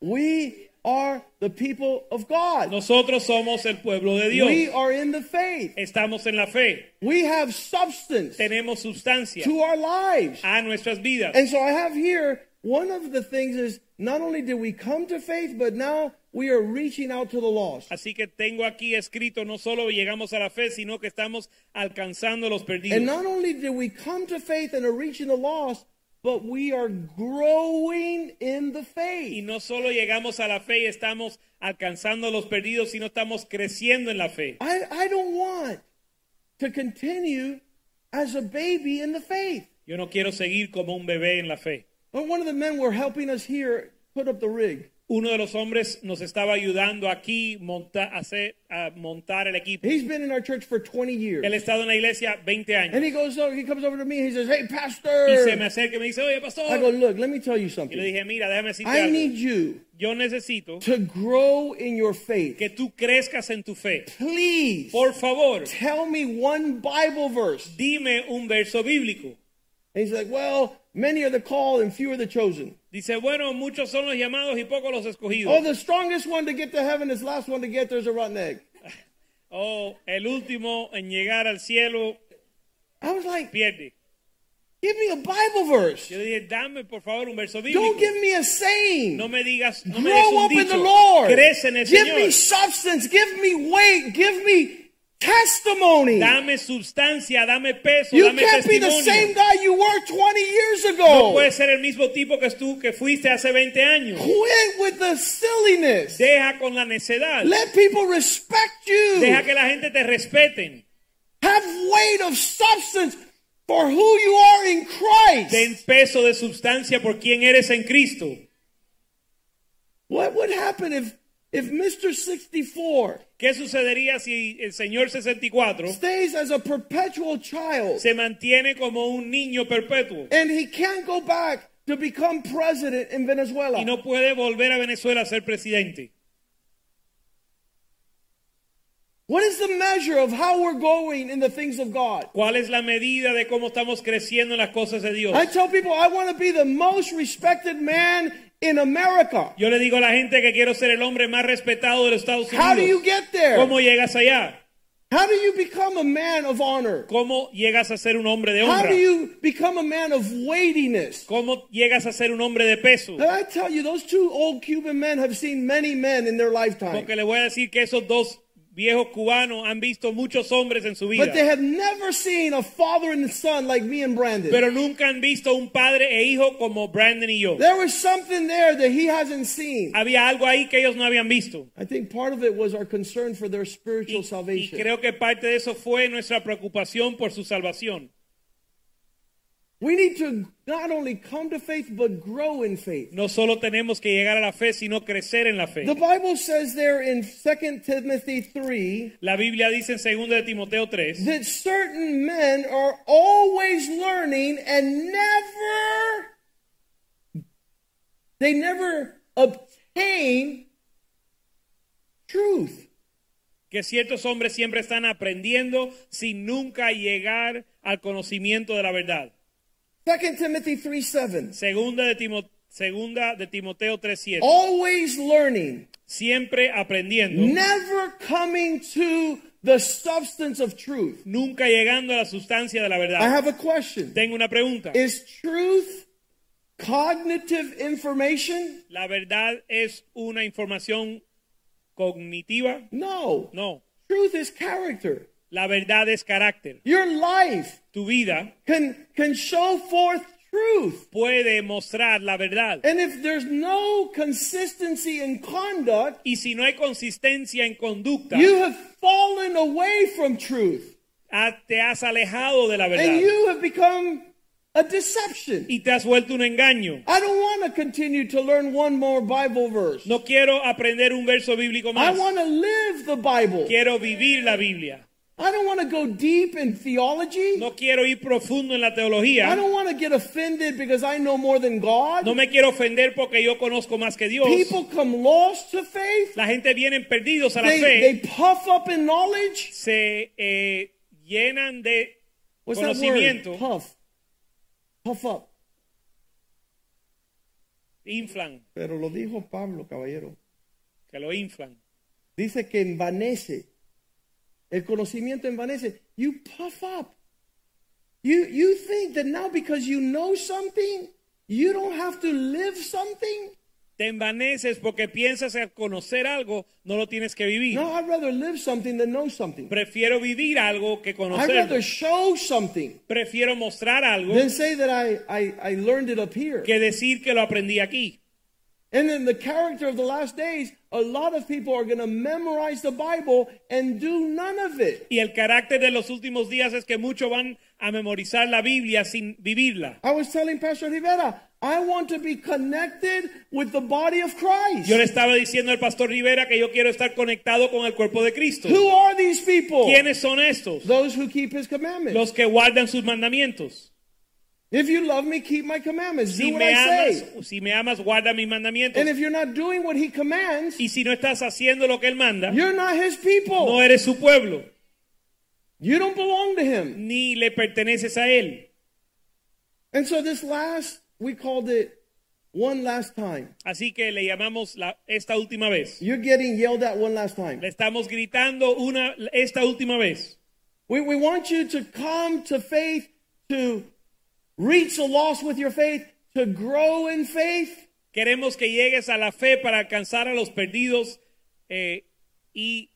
We are the people of God. Nosotros somos el pueblo de We Dios. are in the faith. Estamos en la fe. We have substance Tenemos sustancia to our lives. a nuestras vidas. And so I have here one of the things is not only did we come to faith, but now we are reaching out to the lost. Así que tengo aquí escrito, no solo llegamos a la fe, sino que estamos alcanzando los And perdidos. not only did we come to faith and are reaching the lost, but we are growing in the Y faith. no solo llegamos a la fe y estamos alcanzando los perdidos, sino estamos creciendo en la fe. I, I don't want to continue as a baby in the faith. Yo no quiero seguir como un bebé en la fe. But one of the men were helping us here put up the rig. Uno de los hombres nos estaba ayudando aquí monta- hacer- a montar el equipo. He's been in our church for 20 Él years. ha estado en la iglesia 20 años. And he goes over, he comes over to me, he says, Hey Y se me Pastor. acerca y me dice, oye, I go, pastor. look, let me tell you Y le something. dije, mira, déjame decirte I need algo. you Yo necesito to grow in your faith. que tú crezcas en tu fe. Please Por favor, tell me one Bible verse dime un verso bíblico And he's like, well, many are the called and few are the chosen. Dice, bueno, muchos son los llamados y pocos los escogidos. Oh, the strongest one to get to heaven is last one to get there's a rotten egg. Oh, el último en llegar al cielo I was like, pierde. give me a Bible verse. Yo le dije, dame por favor un verso bíblico. Don't give me a saying. No me digas, no me des Grow un up in the dicho. Lord. Crece en el Give Señor. me substance. Give me weight. Give me testimony. Dame sustancia, dame peso, You dame can't be the same testimonio. guy you were 20 years No ago. puedes ser el mismo tipo que tú que fuiste hace 20 años. Quit with the silliness. Deja con la necedad. Let people respect Deja you. que la gente te respeten. Have weight of substance for who you are in Ten Christ. peso de sustancia por quien eres en Cristo. What would happen if if Mr. 64 ¿Qué sucedería si el Señor 64 stays as a perpetual child se mantiene como un niño perpetuo and he can't go back to become president in Venezuela? y no puede volver a Venezuela a ser presidente? What is the measure of how we're going in the things of God? ¿Cuál es la medida de cómo estamos creciendo en las cosas de Dios? I tell people I want to be the most respected man in America. Yo le digo a la gente que quiero ser el hombre más respetado de los Estados Unidos. How do you get there? ¿Cómo llegas allá? How do you become a man of honor? ¿Cómo llegas a ser un hombre de How honra? do you become a man of weightiness? ¿Cómo llegas a ser un hombre de peso? And I tell you, those two old Cuban men have seen many men in their lifetime, Porque le voy a decir que esos dos viejos cubanos han visto muchos hombres en su vida, but they have never seen a father and son like me and Brandon. pero nunca han visto un padre e hijo como Brandon y yo. there was something there that he hasn't seen. Había algo ahí que ellos no habían visto. I think part of it was our concern for their Y, spiritual y salvation. creo que parte de eso fue nuestra preocupación por su salvación. We need to not only come to faith, but grow in faith. No solo tenemos que llegar a la fe, sino crecer en la fe. The Bible says there in 2 Timothy 3 La Biblia dice en 2 de Timoteo 3 that certain men are always learning and never, they never obtain truth. que ciertos hombres siempre están aprendiendo sin nunca llegar al conocimiento de la verdad. 2 Timothy 3 7. Segunda de, Timo- segunda de Timoteo 3:7. Oh. Always learning, Siempre aprendiendo, never coming to the substance of truth. nunca llegando a la sustancia de la I verdad. have a question. Tengo una pregunta. Is truth cognitive information? ¿La verdad es una información cognitiva? No. No. Truth is character. La verdad es carácter. Your life Tu vida can can show forth truth. puede mostrar la verdad. And if there's no consistency in conduct, Y si no hay consistencia en conducta, you have fallen away from truth ha- ah, te has alejado de la verdad and you have become a deception. y te has vuelto un engaño. I don't want to continue to learn one more Bible verse. No quiero aprender un verso bíblico I más. want to live the Bible. Quiero vivir la Biblia. I don't want to go deep in theology. No quiero ir profundo en la I teología. don't want to get offended because I know more than God. No me quiero ofender porque yo conozco más que Dios. People come lost to faith. La gente viene perdidos a la They, fe. they puff up in knowledge. Se eh, llenan de What's that word? conocimiento. Puff. Puff up. Inflan. Pero lo dijo Pablo, caballero. Que lo inflan. Dice que envanece. El conocimiento envanece. You puff up. You, you think that now because you know something, you don't have to live something? Te envaneces porque piensas que al conocer algo no lo tienes que vivir. No, I'd rather live something than know something. Prefiero vivir algo que I'd conocerlo. rather show something. Prefiero mostrar algo Then say that I, I, I learned it up here. que decir que lo aprendí aquí. And then the character of the last days, a lot of people are going to memorize the Bible and do none of it. Y el carácter de los últimos días es que muchos van a memorizar la Biblia sin vivirla. I was telling Pastor Rivera, I want to be connected with the body of Christ. Yo le estaba diciendo al pastor Rivera que yo quiero estar conectado con el cuerpo de Cristo. Who are these people? ¿Quiénes son estos? Those who keep his commandments. Los que guardan sus mandamientos. if you love me, keep my commandments. Si do what me I amas, say. si me amas, guarda mis mandamientos. And if you're not doing what he commands, Y si no estás haciendo lo que él manda, you're not his people. no eres su pueblo, you don't belong to him. ni le perteneces a él. And so this last, we called it one last time. Así que le llamamos la- esta última vez. You're getting yelled at one last time. Le estamos gritando una, esta última vez. We, we want you to come to faith, to reach the lost with your faith, to grow in faith, Queremos que llegues a la fe para alcanzar a los perdidos eh, y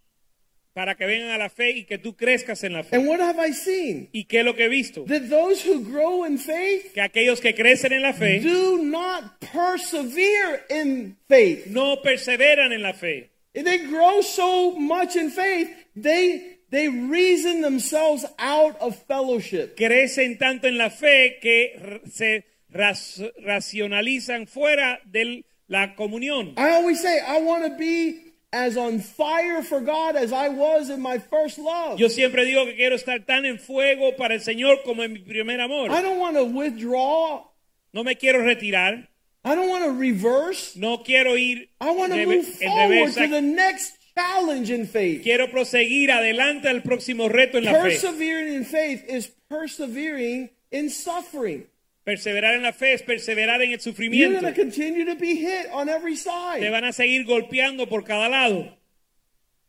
para que vengan a la fe y que tú crezcas en la fe. And what have I seen? ¿Y qué es lo que he visto? That those who grow in faith Que aquellos que crecen en la fe do not persevere in faith. no perseveran en la fe. They grow so much in faith, they they reason themselves out of fellowship. Crecen tanto en la fe que r- se ras- racionalizan fuera de la comunión. I always say, I want to be as on fire for God as I was in my first love. Yo siempre digo que quiero estar tan en fuego para el Señor como en mi primer amor. I don't want to withdraw. No me quiero retirar, I don't want to reverse. no quiero ir I want to de- move en forward revés. to the next challenge in faith. Quiero proseguir adelante al próximo reto en la fe. Persevering in faith is persevering in suffering. Perseverar en la fe es perseverar en el You're sufrimiento. going to continue to be hit on every Te side. van a seguir golpeando por cada lado.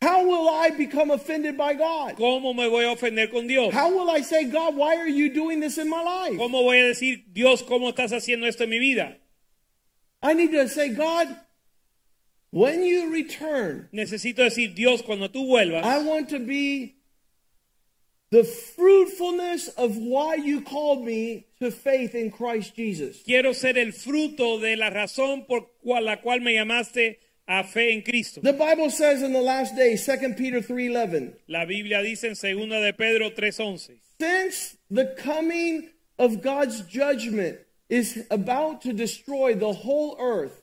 How will I become offended by God? ¿Cómo me voy a ofender con Dios? How will I say, God, why are you doing this in my life? ¿Cómo voy a decir, Dios, cómo estás haciendo esto en mi vida? I need to say, God, when you return, Necesito decir, Dios, cuando tú vuelvas, I want to be the fruitfulness of why you called me to faith in Christ Jesus. quiero ser el fruto de la razón por cual- la cual me llamaste a fe en Cristo. The Bible says in the last day, 2 Peter 3:11, La Biblia dice en 2 de Pedro 3:11, since the coming of God's judgment is about to destroy the whole earth,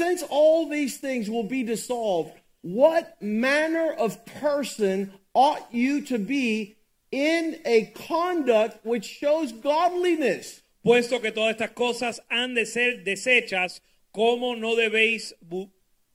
since all these things will be dissolved, what manner of person ought you to be in a conduct which shows godliness? puesto que todas estas cosas han de ser deshechas, ¿cómo no debéis bu-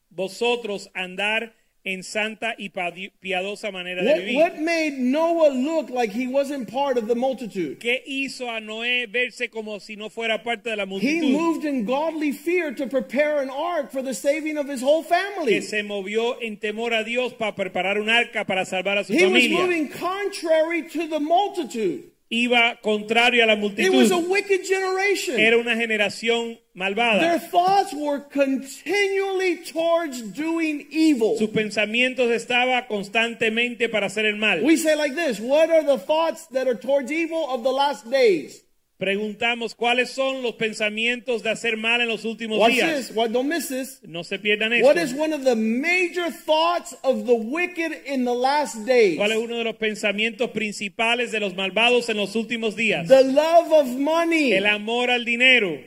vosotros andar en santa y padi- piadosa manera de What, vivir? what made Noah look like he wasn't part of the multitude? ¿Qué hizo a Noé verse como si no fuera parte de la He multitud? moved in godly fear to prepare an ark for the saving of his whole que family. se movió en temor a Dios para preparar un arca para salvar a su He was familia. moving contrary to the multitude. Iba contrario a la It was a multitud. wicked generation. Era una generación Their malvada. thoughts were continually towards doing evil. Sus pensamientos estaba constantemente para hacer el mal. We say like this, what are the thoughts that are towards evil of the last days? Preguntamos cuáles son los pensamientos de hacer mal en los últimos Watch días. this, what don't miss this. No se pierdan esto. What is one of the major thoughts of the wicked in the last days? ¿Cuál es uno de los pensamientos principales de los malvados en los últimos días? The love of money. El amor al dinero.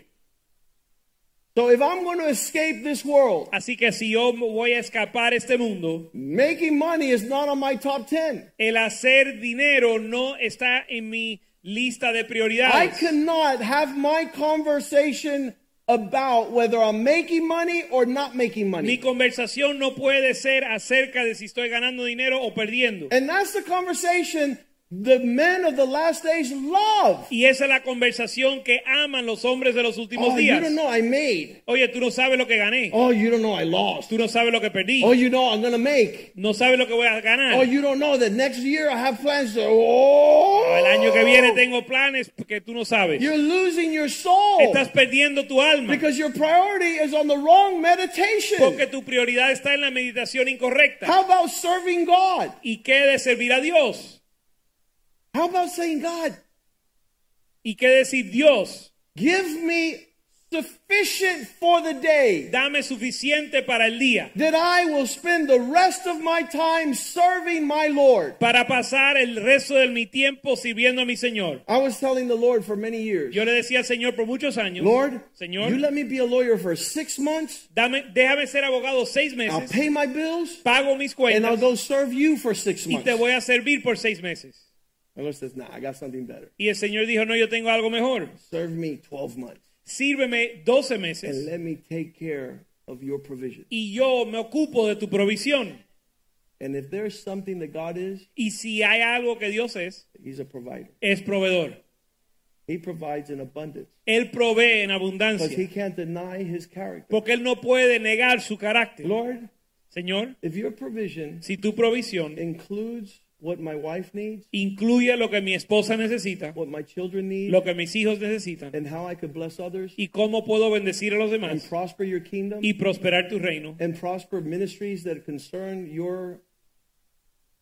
So if I'm going to escape this world, Así que si yo me voy a escapar este mundo, making money is not on my top 10. el hacer dinero no está en mi lista de I prioridades. cannot have my conversation about whether I'm making money or not making Mi money. conversación no puede ser acerca de si estoy ganando dinero o perdiendo. And that's the conversation the men of the last days love. Y esa es la conversación que aman los hombres de los últimos Oh, you días. don't know I made. Oye, tú no sabes lo que gané. Oh, you don't know I lost. Tú no sabes lo que perdí. Oh, you know I'm going to make. No sabes lo que voy a ganar. Oh, you don't know that next year I have plans to. El año que viene Oh, tengo planes que tú no sabes. you're losing your soul Estás perdiendo tu alma because your priority is on the wrong porque meditation. tu prioridad está en la meditación incorrecta. How about serving God? ¿Y qué de servir a Dios? How about saying, God, ¿Y qué decir Dios? Give me sufficient for the day Dame suficiente para el día, that I will spend the rest of my time serving my Lord. para pasar el resto de mi tiempo sirviendo a mi Señor. I was telling the Lord for many years, Yo le decía al Señor por muchos años, Lord, Señor, you let me be a lawyer for six months, dame, déjame ser abogado seis I'll meses, pay my bills, pago mis and I'll cuentas go serve you for six y months. te voy a servir por seis meses. The Lord says, nah, I got something better. Y el Señor dijo, no, yo tengo algo mejor. Serve me 12 months Sírveme 12 and meses let me take care of your provision. y yo me ocupo de tu provisión. And if there's something that God is, Y si hay algo que Dios es, He's a provider. es proveedor. He provides in abundance Él provee en because he abundancia. can't deny his character. Porque Él no puede negar su carácter. Lord, Señor, if your provision si tu provisión includes what my wife needs, incluye lo que mi esposa necesita, what my children need, lo que mis hijos necesitan, and how I could bless others y cómo puedo bendecir a los and demás prosper your kingdom y prosperar tu reino, and prosper ministries that concern your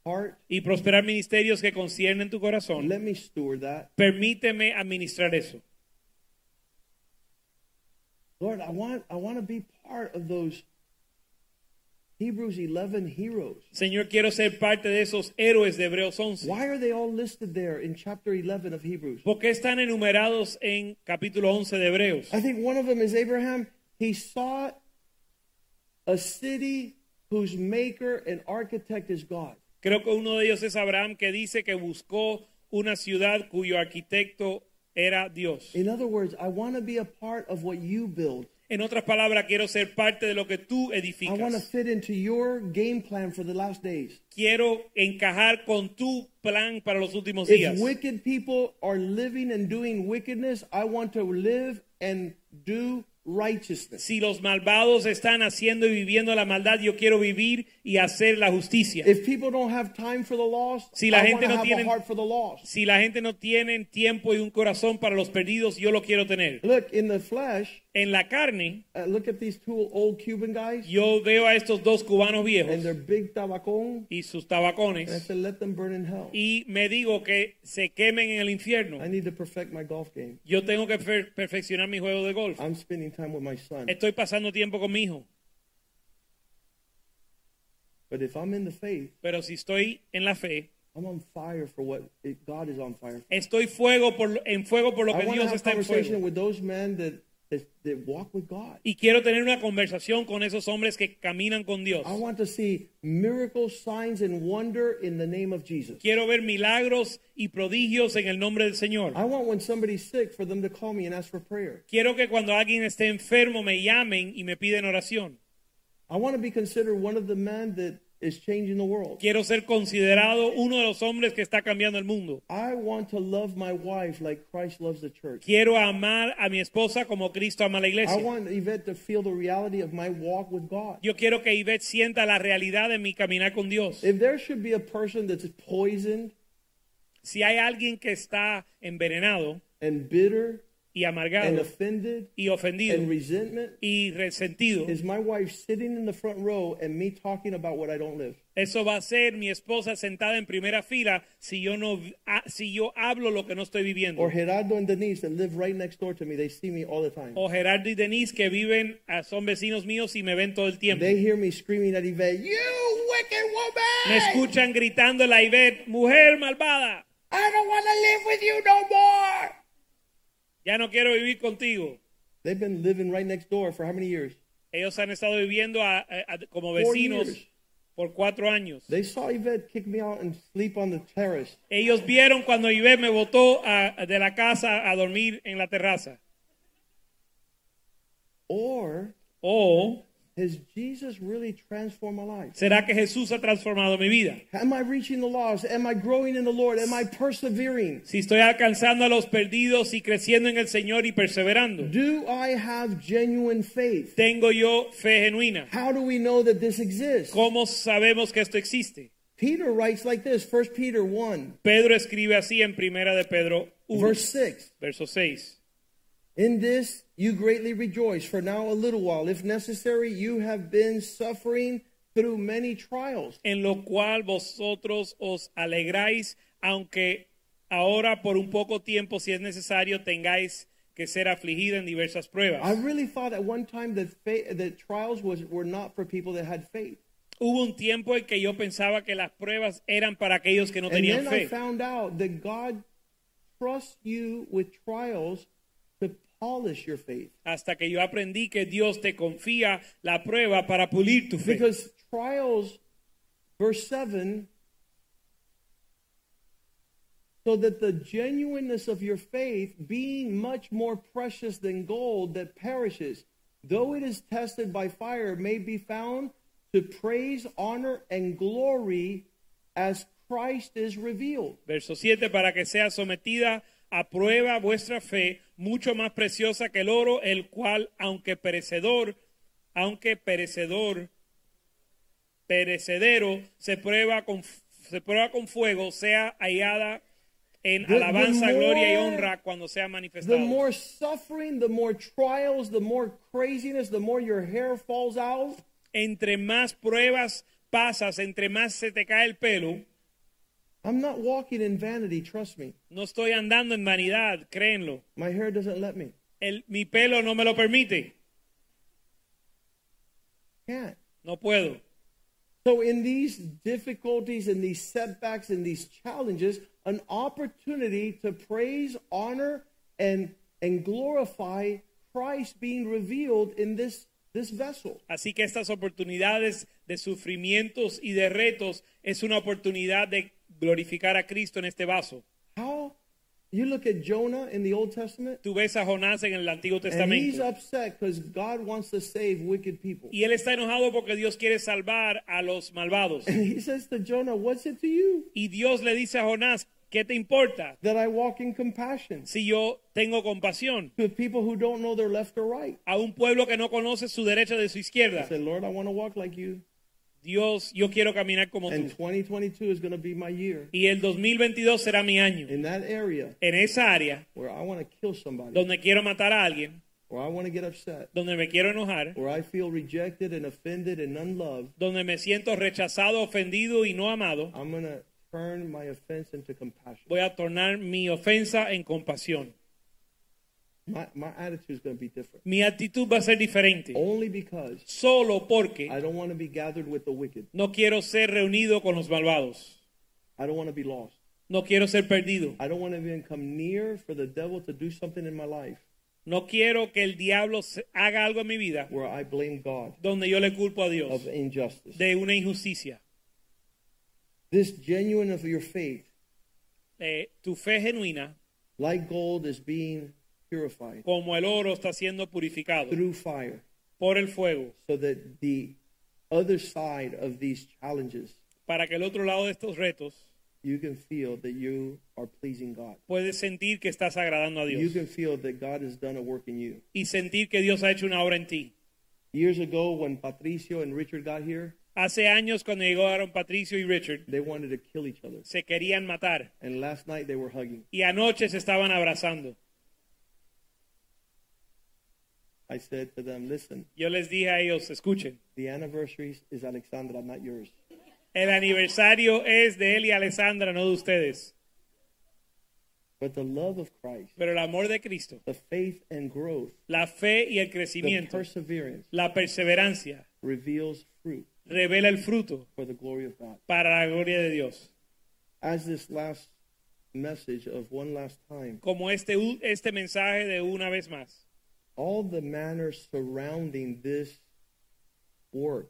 heart, y prosperar ministerios que conciernen tu corazón, let me steward that. permíteme administrar eso. Lord, I want I want to be part of those Hebrews 11 heroes. Señor, quiero ser parte de esos héroes de Hebreos 11. Why are they all listed there in chapter 11 of Hebrews? ¿Por qué están enumerados en capítulo 11 de Hebreos? I think one of them is Abraham. He sought a city whose maker and architect is God. Creo que uno de ellos es Abraham que dice que buscó una ciudad cuyo arquitecto era Dios. In other words, I want to be a part of what you build. En otras palabras, quiero ser parte de lo que tú I want to edificas. fit into your game plan for the last days. Quiero encajar con tu plan para los últimos días. If wicked people are living and doing wickedness, I want to live and do righteousness. Si los malvados están haciendo y viviendo la maldad, yo quiero vivir y hacer la justicia. If people don't have time for the lost, Si la I gente want to no have tiene- a heart for the lost. Si la gente no tiene tiempo y un corazón para los perdidos, yo lo quiero tener. Look, in the flesh, En la carne, uh, look at these two old Cuban guys yo veo a estos dos cubanos and their viejos big tabacón. y sus And I tabacones said, let them burn in hell. y me digo que se quemen en el infierno. I need to perfect my golf game. Yo tengo que per- perfeccionar mi juego de golf. I'm spending time with my son. Estoy pasando tiempo con mi hijo, But if I'm in the faith, pero si estoy en la fe, I'm on fire for what it, God is on fire for. estoy fuego por, lo- en fuego por lo I que want to Dios have está en conversation fuego. with those men that, that, that walk with God. Y quiero tener una conversación con esos hombres que caminan con Dios. I want to see miracles, signs, and wonder in the name of Jesus. Quiero ver milagros y prodigios en el nombre del Señor. I want when somebody's sick for them to call me and ask for prayer. Quiero que cuando alguien esté enfermo me llamen y me piden oración. I want to be considered one of the men that is changing the world. Quiero ser considerado uno de los hombres que está cambiando el mundo. I want to love my wife like Christ loves the church. Quiero amar a mi esposa como Cristo ama a la I iglesia. want Yvette to feel the reality of my walk with God. Yo quiero que Ivette sienta la realidad de mi caminar con Dios. If there should be a person that's poisoned Si hay alguien que está envenenado and bitter y and amargado offended y ofendido and resentment, y resentido, is my wife sitting in the front row and me talking about what I don't live? eso va a ser mi esposa sentada en primera fila si yo no ah, si yo hablo lo que no estoy viviendo. Or Gerardo and Denise that live right next door to me, they see me all the time. O Gerardo y Denise que viven ah, son vecinos míos y me ven todo el tiempo. They hear me screaming at Yvette, You wicked Me woman! escuchan gritando la Ivette, mujer malvada, I don't want to live with you no more! ya no quiero vivir contigo. They've been living right next door for how many years? Ellos han estado viviendo a- a- a- como Four years. vecinos por cuatro años. They saw Yvette kick me out and sleep on the terrace. Ellos vieron cuando Ivette me botó a- de la casa a dormir en la terraza. Or O has Jesus really transformed my life? será que Jesús ha transformado mi vida. Am I reaching the lost? Am I growing in the Lord? Am I persevering? Si estoy alcanzando a los perdidos y creciendo en el Señor y perseverando, Do I have genuine faith? tengo yo fe genuina. How do we know that this exists? ¿Cómo sabemos que esto existe? Peter writes like this, 1 Peter 1, Pedro escribe así en Primera de Pedro 1, verse 6. verso 6. In this you greatly rejoice, for now a little while, if necessary, you have been suffering through many trials. en lo cual vosotros os alegráis, aunque ahora por un poco tiempo, si es necesario, tengáis que ser afligida en diversas I pruebas. really thought at one time that, fa- that trials was, were not for people that had faith. Hubo un tiempo en que yo pensaba que las pruebas eran para aquellos que no And tenían then I fe. found out that God trusts you with trials to polish your faith. Hasta que yo aprendí que Dios te confía la prueba para pulir tu fe. Because trials, verse 7, so that the genuineness of your faith, being much more precious than gold that perishes, though it is tested by fire, may be found to praise, honor, and glory as Christ is revealed. Verso 7, para que sea sometida aprueba vuestra fe, mucho más preciosa que el oro, el cual, aunque perecedor, aunque perecedor, perecedero, se prueba con, se prueba con fuego, sea hallada en The- the alabanza, gloria y more- honra cuando sea The manifestado. more suffering, the more trials, the more craziness, the more your hair falls out, entre más pruebas pasas, entre más se te cae el pelo, I'm not walking in vanity, trust me. no estoy andando en vanidad, créenlo. My hair doesn't let me. El- mi pelo no me lo permite, Can't. no puedo. So in these difficulties, in these setbacks, in these challenges, an opportunity to praise, honor, and and glorify Christ being revealed in this this vessel. Así que estas oportunidades de sufrimientos y de retos es una oportunidad de glorificar a Cristo en este vaso. How you look at Jonah in the Old Testament, Tú ves a Jonás en el Antiguo and he's Testamento upset because God wants to save wicked people. y él está enojado porque Dios quiere salvar a los malvados. And <clears throat> he says to Jonah, What's it to you Y Dios le dice a Jonás, ¿qué te importa that I walk in compassion si yo tengo compasión to people who don't know their left or right? a un pueblo que no conoce su derecha de su I izquierda? said, Lord, I want to walk like you. Dios, yo quiero caminar como And tú. 2022 is going to be my year Y el 2022 será mi año. in that area En esa área where I want to kill somebody, donde quiero matar a alguien, or I want to get upset, donde me quiero enojar, or I feel rejected and offended and unloved. donde me siento rechazado, ofendido y no amado, I'm going to turn my offense into compassion. voy a tornar mi ofensa en compasión. My, my attitude is going to be different. Mi actitud va a ser diferente. Only because Solo porque I don't want to be gathered with the wicked. no quiero ser reunido con los malvados. I don't want to be lost. No quiero ser perdido. I don't want to even come near for the devil to do something in my life No quiero que el diablo se- haga algo en mi vida where I blame God donde yo le culpo a Dios of injustice. de una injusticia. This genuine of your faith, Eh, tu fe genuina like gold, is being purified como el oro está siendo purificado through fire. por el fuego, so that the other side of these challenges, para que el otro lado de estos retos you can feel that you are pleasing God. puedes sentir que estás agradando a You Dios can feel that God has done a work in you. y sentir que Dios ha hecho una obra en ti. Years ago, when Patricio and Richard got here, Hace años cuando llegaron Patricio y Richard, they wanted to kill each other. se querían matar And last night, they were hugging. y anoche se estaban abrazando. I said to them, Listen, Yo les dije a ellos, escuchen, the anniversary is Alexandra, not yours. el aniversario es de él y Alessandra, no de ustedes. But the love of Christ, Pero el amor de Cristo, the faith and growth, la fe y el the crecimiento, perseverance la perseverancia, reveals fruit revela el fruto for the glory of God. para la gloria de Dios. As this last message of one last time, como este, u- este mensaje de una vez más. all the manners surrounding this work,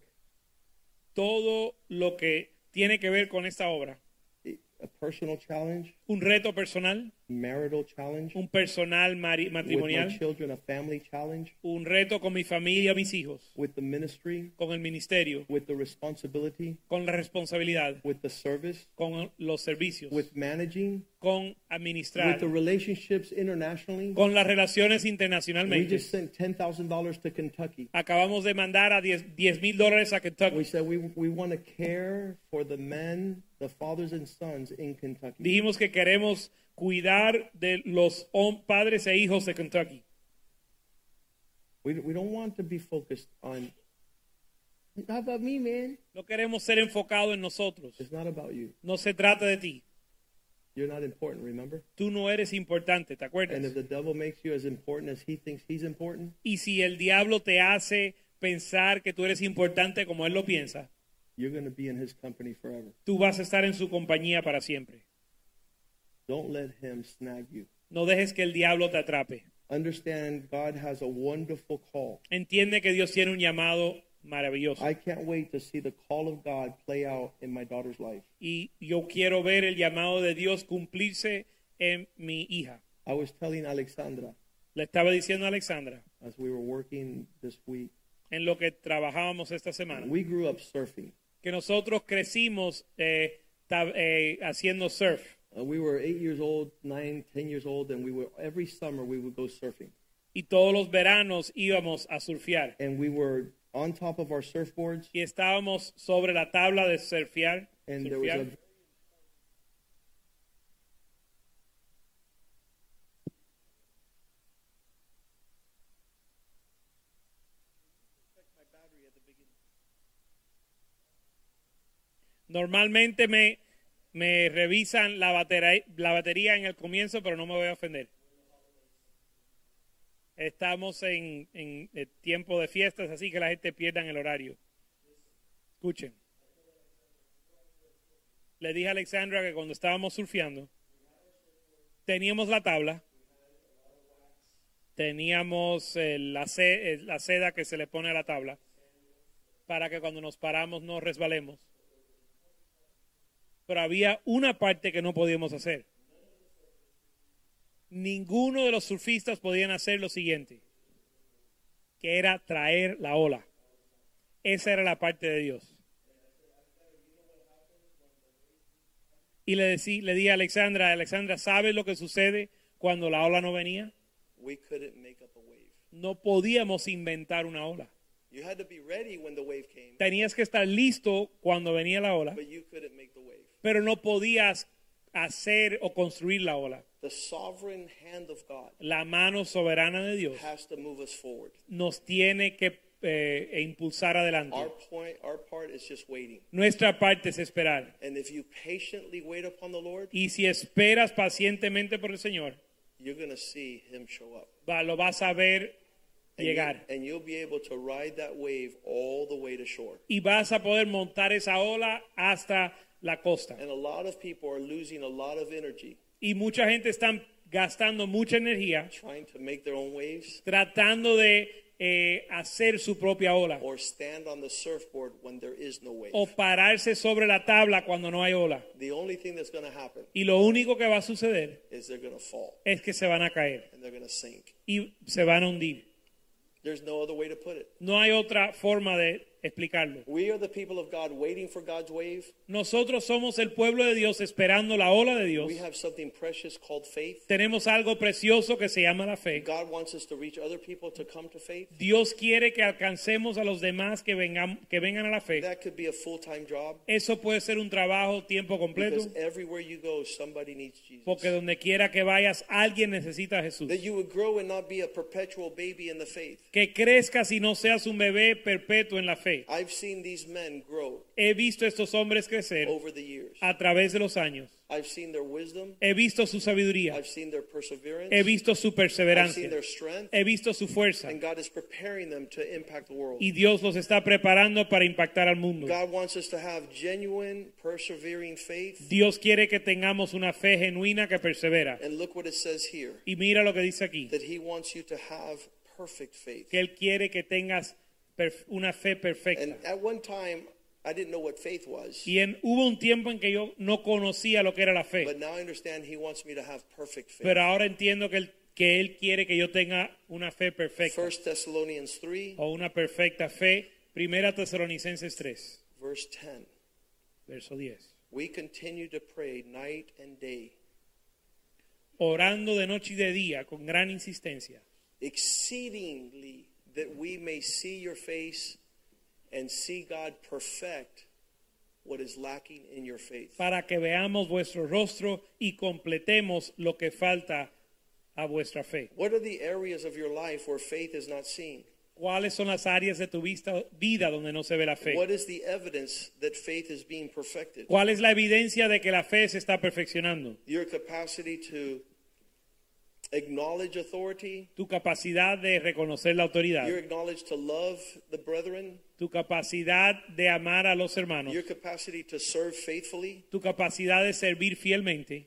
Todo lo que tiene que ver con esta obra. it- a personal challenge, Un reto personal, marital challenge, un personal mari- with my matrimonial, children, a family challenge, un reto con mi familia, mis hijos, with the ministry, con el ministerio, with the responsibility, con la responsabilidad, with the service, con los servicios, with managing, con with administrar, the relationships internationally. con las relaciones We internacionalmente. just sent ten thousand dollars to Kentucky. Acabamos de mandar a 10 mil dólares a We Kentucky. said we we want to care for the men, the fathers and sons in Kentucky. Dijimos que queremos cuidar de los hom- padres e hijos de Kentucky. We we don't want to be focused on. How about me, man? No queremos ser enfocados en nosotros. It's not about you. No se trata de ti. You're not important, remember? Tú no eres importante, ¿te acuerdas? And if the devil makes you as important as he thinks he's important, Y si el diablo te hace pensar que tú eres importante como él lo piensa, you're going to be in his company forever. tú vas a estar en su compañía para siempre. Don't let him snag you. No dejes que el diablo te atrape. Understand God has a wonderful call. Entiende que Dios tiene un llamado maravilloso. I can't wait to see the call of God play out in my daughter's life. Y yo quiero ver el llamado de Dios cumplirse en mi hija. I was telling Alexandra Le estaba diciendo a Alexandra, as we were working this week, en lo que trabajábamos esta semana, we grew up surfing. que nosotros crecimos eh, tab- eh, haciendo surf. Uh, we were eight years old, nine, ten years old, and we were every summer we would go surfing, y todos los veranos íbamos a surfear and we were on top of our surfboards, y estábamos sobre la tabla de surfear. and there was surfear. a Normalmente me, me revisan la batería, la batería en el comienzo, pero no me voy a ofender. Estamos en, en el tiempo de fiestas, así que la gente pierda el horario. Escuchen. Le dije a Alexandra que cuando estábamos surfeando, teníamos la tabla, teníamos eh, la, ce- eh, la seda que se le pone a la tabla, para que cuando nos paramos no resbalemos pero había una parte que no podíamos hacer. Ninguno de los surfistas podían hacer lo siguiente, que era traer la ola. Esa era la parte de Dios. Y le, decí, le di a Alexandra, Alexandra, ¿sabes lo que sucede cuando la ola no venía? we couldn't make up a wave. No podíamos inventar una ola. You had to be ready when the wave came, Tenías que estar listo cuando venía la ola, you couldn't make the wave. pero no podías hacer o construir la ola. The sovereign hand of God la mano soberana de Dios has to move us forward. nos tiene que eh, e impulsar adelante. Our point, our part is just waiting. Nuestra parte es esperar. And if you patiently wait upon the Lord, Y si esperas pacientemente por el Señor, you're going to see Him show up. va- lo vas a ver And, you, llegar. and you'll be able to ride that wave all the way to shore. Y vas a poder montar esa ola hasta la costa. And a lot of people are losing a lot of energy Y mucha gente está gastando mucha energía trying to make their own waves tratando de eh, hacer su propia ola or stand on the surfboard when there is no wave. o pararse sobre la tabla cuando no hay ola. The only thing that's going to happen Y lo único que va a suceder is they're going to fall es que se van a caer and they're going to sink. y se van a hundir. There's no other way to put it. No hay otra forma de explicarlo. We are the people of God waiting for God's wave. Nosotros somos el pueblo de Dios esperando la ola de Dios. We have something precious called faith. Tenemos algo precioso que se llama la fe. God wants us to reach other people to come to faith. Dios quiere que alcancemos a los demás que vengan, que vengan a la fe. That could be a full time job Eso puede ser un trabajo tiempo completo, because everywhere you go, somebody needs Jesus. porque donde quiera que vayas, alguien necesita a Jesús. That you would grow and not be a perpetual baby in the faith. Que crezcas y no seas un bebé perpetuo en la fe. I've seen these men grow He visto a estos hombres crecer over the years. a través de los años. I've seen their wisdom. He visto su sabiduría. I've seen their perseverance. He visto su I've seen perseverancia. their strength. He visto su fuerza. And God is preparing them to impact the world. y Dios los está preparando para impactar al mundo. God wants us to have genuine, persevering faith. Dios quiere que tengamos una fe genuina que persevera. And look what it says here Y mira lo que dice aquí, that He wants you to have perfect faith. que Él quiere que tengas perf- una fe And perfecta. at one time, I didn't know what faith was. Y en, hubo un tiempo en que yo no conocía lo que era la But fe, now I understand He wants me to have perfect faith. pero ahora entiendo que Él, que él quiere que yo tenga una fe perfecta First Thessalonians 3, o una perfecta fe. Primera Tesalonicenses 3, verse 10. verso 10. We continue to pray night and day, Orando de noche y de día con gran insistencia, exceedingly that we may see your face and see God perfect what is lacking in your faith. para que veamos vuestro rostro y completemos lo que falta a vuestra fe. What are the areas of your life where faith is not seen? ¿Cuáles son las áreas de tu vista- vida donde no se ve la fe? What is the evidence that faith is being perfected? ¿Cuál es la evidencia de que la fe se está perfeccionando? Your capacity to acknowledge authority, Tu capacidad de reconocer la autoridad, your acknowledge to love the brethren, tu capacidad de amar a los hermanos, your capacity to serve faithfully. tu capacidad de servir fielmente.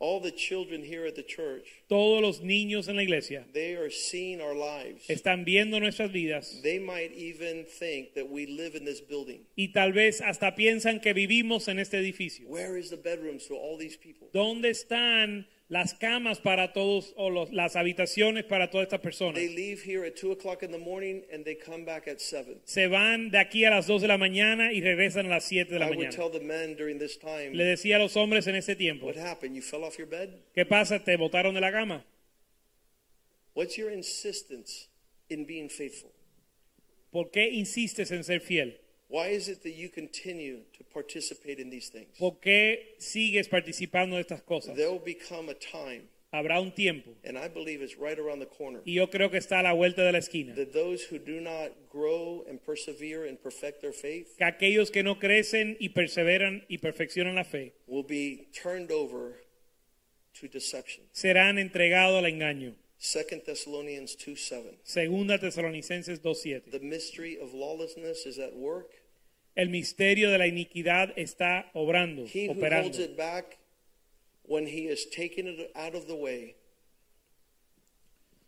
All the children here at the church, Todos los niños en la iglesia they are seeing our lives. están viendo nuestras vidas They might even think that we live in this building. y tal vez hasta piensan que vivimos en este edificio. Where is the bedrooms to all these people? ¿Dónde están las camas para todos o los- las habitaciones para todas estas personas. They leave here at 2 o'clock in the morning and they come back at 7. Se van de aquí a las 2 de la mañana y regresan a las 7 de I la would mañana. tell the men during this time, Le decía a los hombres en ese tiempo, what happened? You fell off your bed? ¿qué pasa? ¿Te botaron de la cama? What's your insistence in being faithful? ¿Por qué insistes en ser fiel? Why is it that you continue to participate in these things? ¿Por qué sigues participando de estas cosas? There will become a time, Habrá un tiempo, and I believe it's right around the corner, y yo creo que está a la vuelta de la esquina, that those who do not grow and persevere and perfect their faith que aquellos que no crecen y perseveran y perfeccionan la fe will be turned over to deception. serán entregados al engaño. 2 Thessalonians 2 7. Segunda Tesalonicenses 2.7. The mystery of lawlessness is at work. El misterio de la iniquidad está obrando, He who operando. holds it back when he is taken it out of the way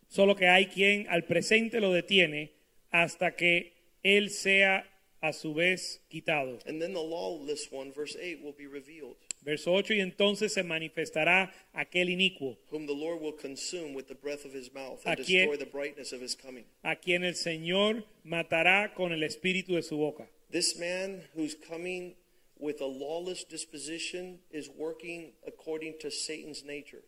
Solo que hay quien al presente lo detiene hasta que él sea a su vez quitado. And then the lawless one, verse 8, will be revealed, Verso 8, y entonces se manifestará aquel inicuo, whom the Lord will consume with the breath of his mouth A and quien- destroy the brightness of his coming. a quien el Señor matará con el espíritu de su boca. This man who's coming with a lawless disposition is working according to Satan's nature.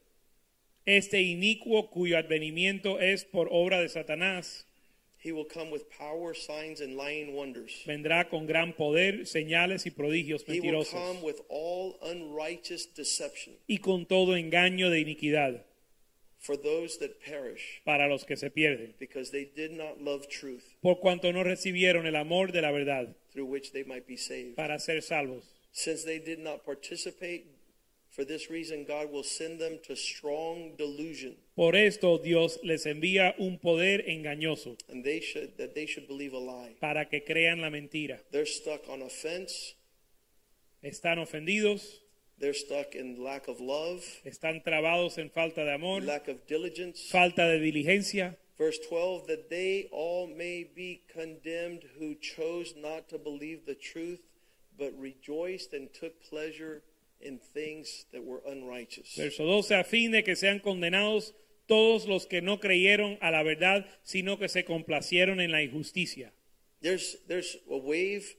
Este inicuo cuyo advenimiento es por obra de Satanás, He will come with power, signs, and lying wonders. vendrá con gran poder, señales y prodigios He will come mentirosos, with all unrighteous deception y con todo engaño de iniquidad for those that perish para los que se pierden, because they did not love truth por cuanto no recibieron el amor de la verdad through which they might be saved. para ser salvos. Since they did not participate, for this reason God will send them to strong delusion, Por esto Dios les envía un poder engañoso and they should that they should believe a lie. para que crean la mentira. They're stuck on offense, Están ofendidos, they're stuck in lack of love, están trabados en falta de amor, lack of diligence. falta de diligencia. Verse 12 that they all may be condemned who chose not to believe the truth, but rejoiced and took pleasure in things that were unrighteous. Verso 12, a fin de que sean condenados todos los que no creyeron a la verdad, sino que se complacieron en la injusticia. There's there's a wave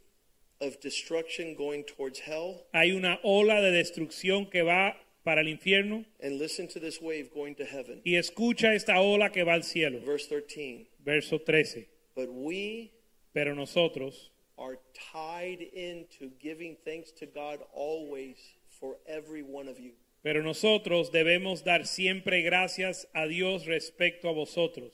of destruction going towards hell. Hay una ola de destrucción que va para el infierno and listen to this wave going to heaven. y escucha esta ola que va al cielo. Verse 13. Verso 13, But we pero nosotros are tied into giving thanks to God always for every one of you. Pero nosotros debemos dar siempre gracias a Dios respecto a vosotros,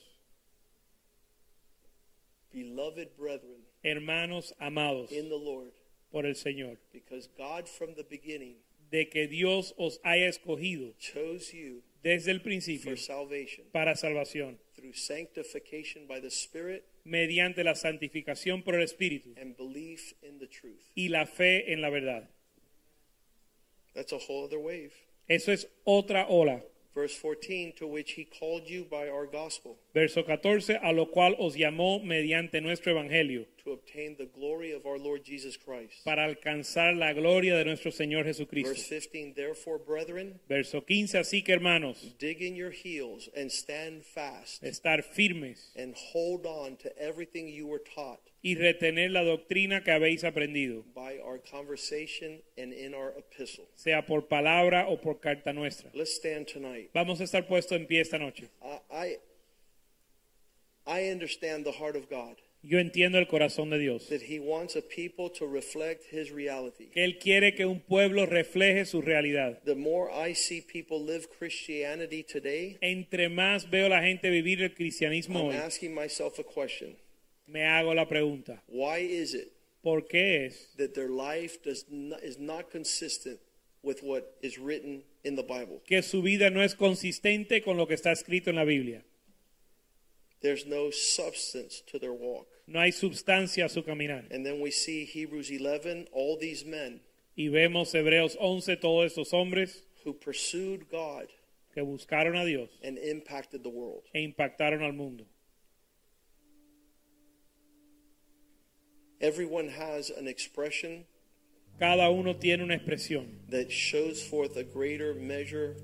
Beloved brethren hermanos amados in the Lord, por el Señor, because God from the beginning de que Dios os haya escogido chose you desde el principio for salvation para salvación, through sanctification by the Spirit mediante la santificación por el Espíritu and belief in the truth. y la fe en la verdad. That's a whole other wave. Eso es otra ola. Verse 14, to which he called you by our gospel Verso 14, a lo cual os llamó mediante nuestro Evangelio, to obtain the glory of our Lord Jesus Christ. para alcanzar la gloria de nuestro Señor Verse Jesucristo. 15, therefore, brethren, Verso 15, así que hermanos, dig in your heels and stand fast estar firmes. and hold on to everything you were taught y retener la doctrina que habéis aprendido, by our conversation and in our epistle. sea por palabra o por carta nuestra. Let's stand tonight. Vamos a estar puestos en pie esta noche. I, I I understand the heart of God Yo entiendo el corazón de Dios, that He wants a people to reflect His reality. que Él quiere que un pueblo refleje su realidad. The more I see people live Christianity today, Entre más veo la gente vivir el cristianismo I'm hoy, asking myself a question: me hago la pregunta, Why is it ¿por qué es that their life does not, is not consistent with what is written in the Bible? que su vida no es consistente con lo que está escrito en la Biblia? There's no substance to their walk. No hay sustancia a su caminar. And then we see Hebrews 11, all these men Y vemos Hebreos 11, todos estos hombres who pursued God que buscaron a Dios and impacted the world. e impactaron al mundo. Everyone has an expression Cada uno tiene una expresión that shows forth a greater measure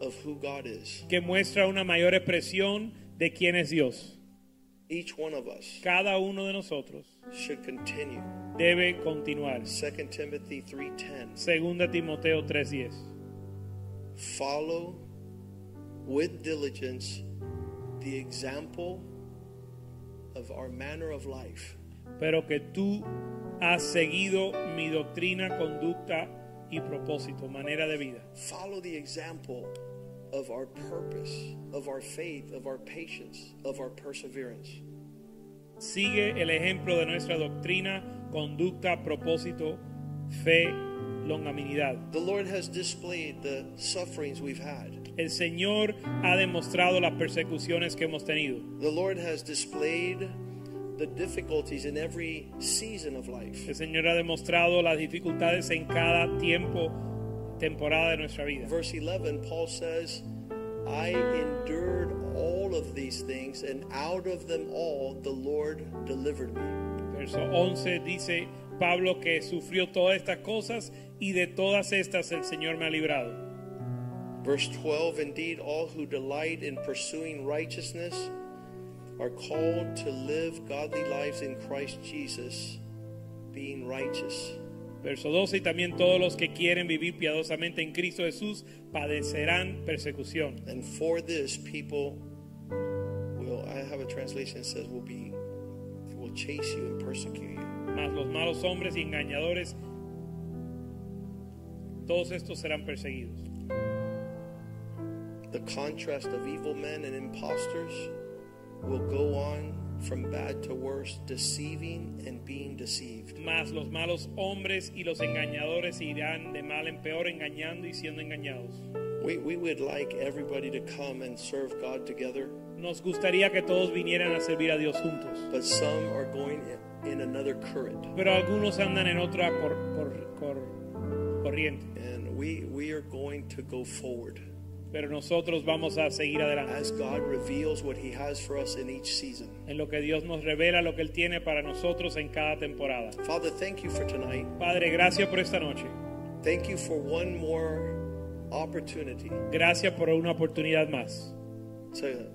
of who God is. que muestra una mayor expresión de quién es Dios. Each one of us Cada uno de nosotros should continue. debe continuar. 2 Timothy 3:10. Segunda Timoteo 3:10. Follow with diligence the example of our manner of life, Pero que tú has seguido mi doctrina, conducta y propósito, manera de vida. follow the example of our purpose, of our faith, of our patience, of our perseverance. Sigue el ejemplo de nuestra doctrina, conducta, propósito, fe, longanimidad. The Lord has displayed the sufferings we've had. El Señor ha demostrado las persecuciones que hemos tenido. The Lord has displayed the difficulties in every season of life. El Señor ha demostrado las dificultades en cada tiempo, temporada de nuestra vida. Verse 11, Paul says, I endured all of these things, and out of them all the Lord delivered me. Verso 11 dice Pablo que sufrió todas estas cosas y de todas estas el Señor me ha librado. Verse 12, indeed, all who delight in pursuing righteousness are called to live godly lives in Christ Jesus, being righteous. Verso 12 y también todos los que quieren vivir piadosamente en Cristo Jesús padecerán persecución. And for this, people will, I have a translation that says, will be, will chase you and persecute you. Mas los malos hombres y engañadores, todos estos serán perseguidos. The contrast of evil men and impostors will go on from bad to worse, deceiving and being deceived. Mas los malos hombres y los engañadores irán de mal en peor engañando y siendo engañados. We, we would like everybody to come and serve God together, Nos gustaría que todos vinieran a servir a Dios juntos. but some are going in, in another current. pero algunos andan en otra cor- cor- cor- corriente. And we, we are going to go forward Pero nosotros vamos a seguir adelante as God reveals what He has for us in each season. en lo que Dios nos revela, lo que Él tiene para nosotros en cada temporada. Father, thank you for tonight. Padre, gracias por esta noche. Thank you for one more opportunity Gracias por una oportunidad más to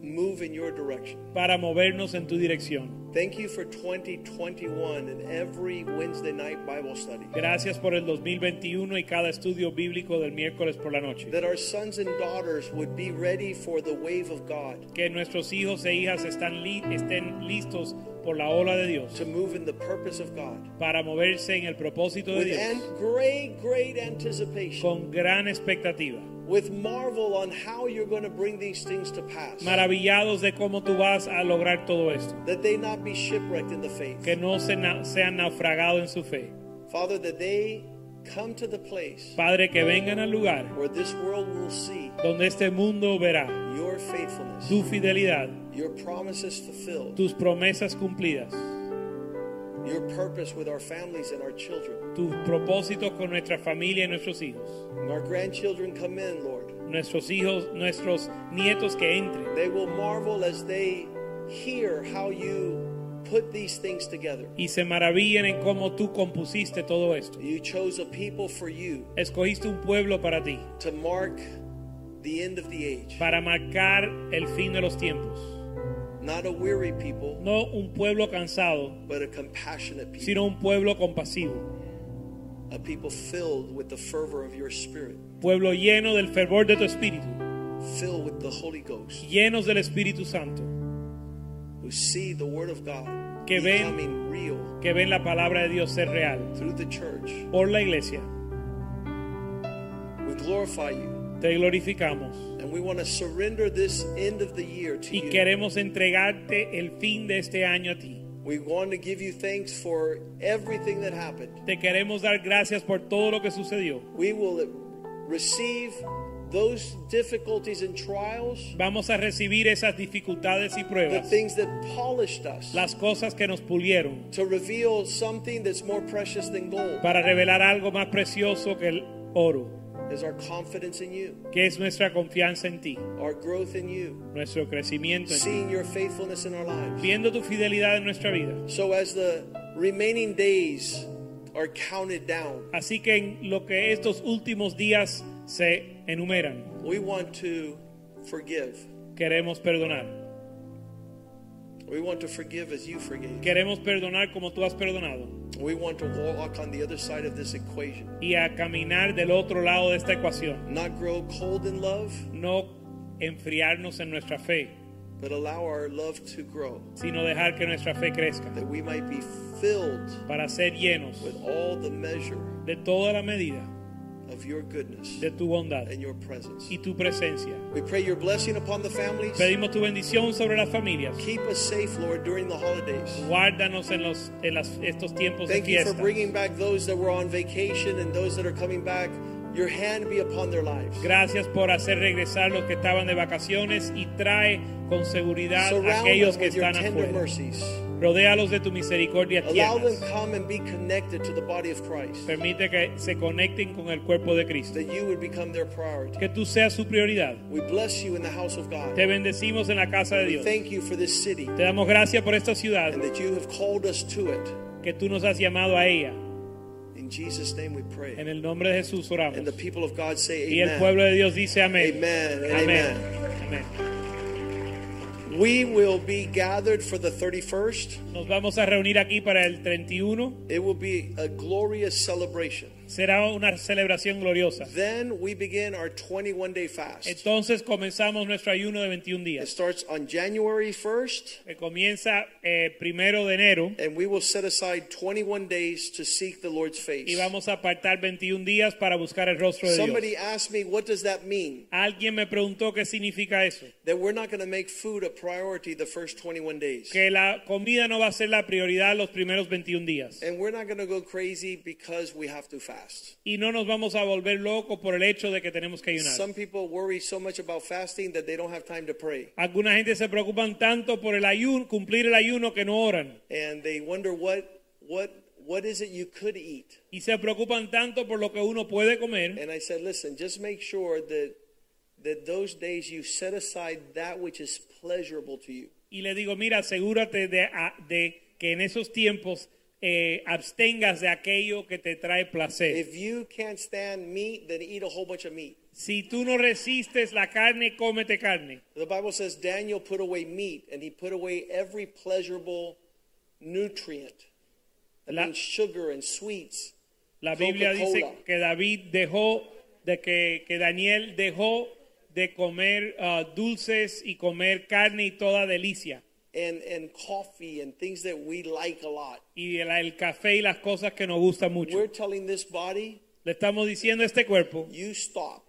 move in your direction. para movernos en tu dirección. Thank you for 2021 and every Wednesday night Bible study. Gracias por el 2021 y cada estudio bíblico del miércoles por la noche. That our sons and daughters would be ready for the wave of God Que nuestros hijos e hijas están li- estén listos por la ola de Dios to move in the purpose of God para moverse en el propósito de with an Dios great, great anticipation, con gran expectativa. with marvel on how you're going to bring these things to pass. maravillados de cómo tú vas a lograr todo esto. That they not be shipwrecked in the Que faith. no se na- sean naufragados en su fe. Father, that they come to the place Padre, que vengan al lugar where this world will see donde este mundo verá your faithfulness, tu fidelidad, your promises fulfilled, tus promesas cumplidas, your purpose with our families and our children. tus propósitos con nuestra familia y nuestros hijos. When Our grandchildren come in, Lord. Nuestros hijos, nuestros nietos que entren They will marvel as they hear how you put these things together. y se maravillen en cómo tú compusiste todo esto. You chose a people for you Escogiste un pueblo para ti, to mark the end of the age. para marcar el fin de los tiempos. Not a weary people, No un pueblo cansado, but a compassionate sino people. un pueblo compasivo. A people filled with the fervor of your spirit, pueblo lleno del fervor de tu espíritu, filled with the Holy Ghost, llenos del Espíritu Santo, who see the Word of God Que ven- becoming real que ven la palabra de Dios ser real. through the church. Por la iglesia, We glorify you, te glorificamos and we want to surrender this end of the year to y you. queremos entregarte el fin de este año a ti. We want to give you thanks for everything that happened. Te queremos dar gracias por todo lo que sucedió. We will receive those difficulties and trials, Vamos a recibir esas dificultades y the pruebas, things that polished us, las cosas que nos pulieron, to reveal something that's more precious than gold para revelar algo más precioso que el oro, is our confidence in you, que es nuestra confianza en ti, our growth in you, nuestro crecimiento en ti, seeing your faithfulness in our lives. viendo tu fidelidad en nuestra vida. So as the remaining days are counted down, Así que en lo que estos últimos días se enumeran, We want to forgive. Queremos perdonar. We want to forgive as you forgave. Queremos perdonar como tú has perdonado. We want to walk on the other side of this equation. Y a caminar del otro lado de esta ecuación. Not grow cold in love, No enfriarnos en nuestra fe, but allow our love to grow, sino dejar que nuestra fe crezca. that we might be filled Para ser llenos with all the measure de toda la medida of your goodness de tu bondad and your presence. y tu presencia. We pray your blessing upon the families. Pedimos tu bendición sobre las familias. Keep us safe, Lord, during the holidays. Guárdanos en, los, en las- estos tiempos de Thank you for fiesta. bringing back those that were on vacation and those that are coming back. Your hand be upon their lives. Gracias por hacer regresar los que estaban de vacaciones y trae con seguridad a Surround aquellos them que with your están tender afuera. mercies. Rodéalos de tu misericordia Allow them tierna. come and be connected to the body of Christ. Permite que se conecten con el cuerpo de Cristo. That you would become their priority. Que tú seas su prioridad. We bless you in the house of God. Te bendecimos en la casa de We Dios. thank you for this city Te damos gracias por esta ciudad and that you have called us to it. que tú nos has llamado a ella. In Jesus' name we En pray. el nombre de Jesús oramos. And the people of God say, Y el Amen. pueblo de Dios dice amén. Amen and Amén. Amén. We will be gathered for the 31st. Nos vamos a reunir aquí para el 31. It will be a glorious celebration. Será una celebración gloriosa. Then we begin our 21 day fast. Entonces comenzamos nuestro ayuno de 21 It días. starts on January 1st, Que comienza eh, primero de enero and we will set aside 21 days to seek the Lord's face. y vamos a apartar 21 días para buscar el rostro de Dios. Somebody asked me, What does that mean? Alguien me preguntó qué significa eso. That we're not going to make food a priority the first 21 days. Que la comida no va a ser la prioridad los primeros 21 días. And we're not going to go crazy because we have to fast. Y no nos vamos a volver locos por el hecho de que tenemos que ayunar. Some people worry so much about fasting that they don't have time to pray. Alguna gente se preocupan tanto por el ayuno, cumplir el ayuno que no oran. And they wonder what, what, what is it you could eat? Y se preocupan tanto por lo que uno puede comer. And I said, listen, just make sure that that those days you set aside that which is pleasurable to you. Y le digo, mira, asegúrate de, a- de que en esos tiempos eh, abstengas de aquello que te trae placer. If you can't stand meat, then eat a whole bunch of meat. Si tú no resistes la carne, cómete carne. The Bible says Daniel put away meat and he put away every pleasurable nutrient. That La- means sugar and sweets. La Biblia dice Coca-Cola. que David dejó, de que, que Daniel dejó de comer ah, dulces y comer carne y toda delicia. And, and coffee and things that we like a lot. Y el, el café y las cosas que nos gustan mucho. We're telling this body, Le estamos diciendo a este cuerpo, you stop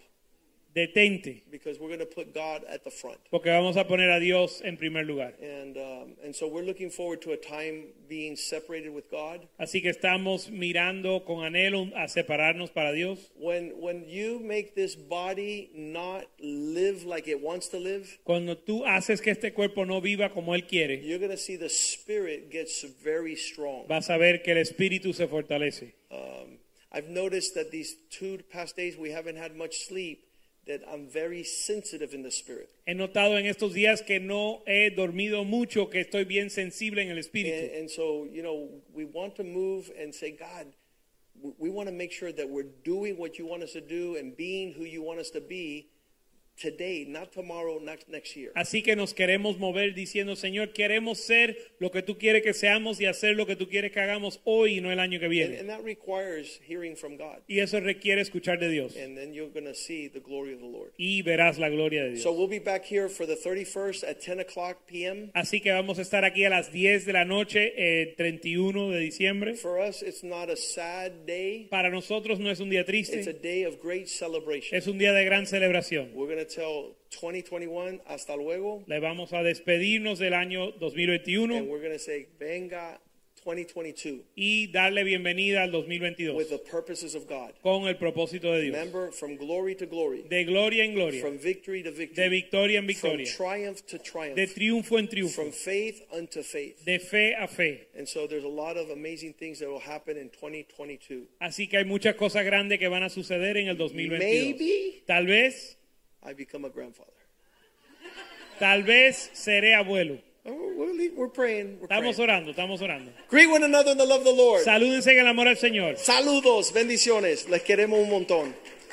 detente, because we're going to put God at the front. porque vamos a poner a Dios en primer lugar. And um, and so we're looking forward to a time being separated with God. Así que estamos mirando con anhelo a separarnos para Dios. When when you make this body not live like it wants to live, Cuando tú haces que este cuerpo no viva como Él quiere, you're going to see the spirit gets very strong. vas a ver que el espíritu se fortalece. Um, I've noticed that these two past days we haven't had much sleep. That I'm very sensitive in the spirit, He notado en estos días que no he dormido mucho, que estoy bien sensible en el and, espíritu. and so you know we want to move and say, God, we, we want to make sure that we're doing what you want us to do and being who you want us to be today, not tomorrow, not next year. Así que nos queremos mover diciendo, Señor, queremos ser lo que tú quieres que seamos y hacer lo que tú quieres que hagamos hoy y no el año que And, viene. and that requires hearing from God. Y eso requiere escuchar de Dios. And then you're going to see the glory of the Lord. Y verás la gloria de Dios. So we'll be back here for the 31st at 10 o'clock p.m. Así que vamos a estar aquí a las 10 de la noche, eh, el 31 de diciembre. For us, it's not a sad day, Para nosotros no es un día it's a triste, day of great celebration. es un día de gran celebración. We're going to tell 2021 hasta luego, Le vamos a despedirnos del año and 2021 we're going to say venga 2022 y darle bienvenida al with 2022 the purposes of God. con el propósito de Dios. Remember, from glory to glory, De gloria en gloria, from victory to de victory, victoria en from victoria, triumph to de triumph, triunfo from en triunfo, faith unto faith. de fe a fe. And so there's a lot of amazing things that will happen in 2022. Así que hay muchas cosas grandes que van a suceder en el 2022. Maybe Tal vez, I become a grandfather. tal vez seré abuelo. Oh, We're, leave- we're praying. We're Estamos praying. orando, estamos orando. Greet one another in the love of the Lord. Salúdense en el amor al Señor. Saludos, bendiciones. Les queremos un montón.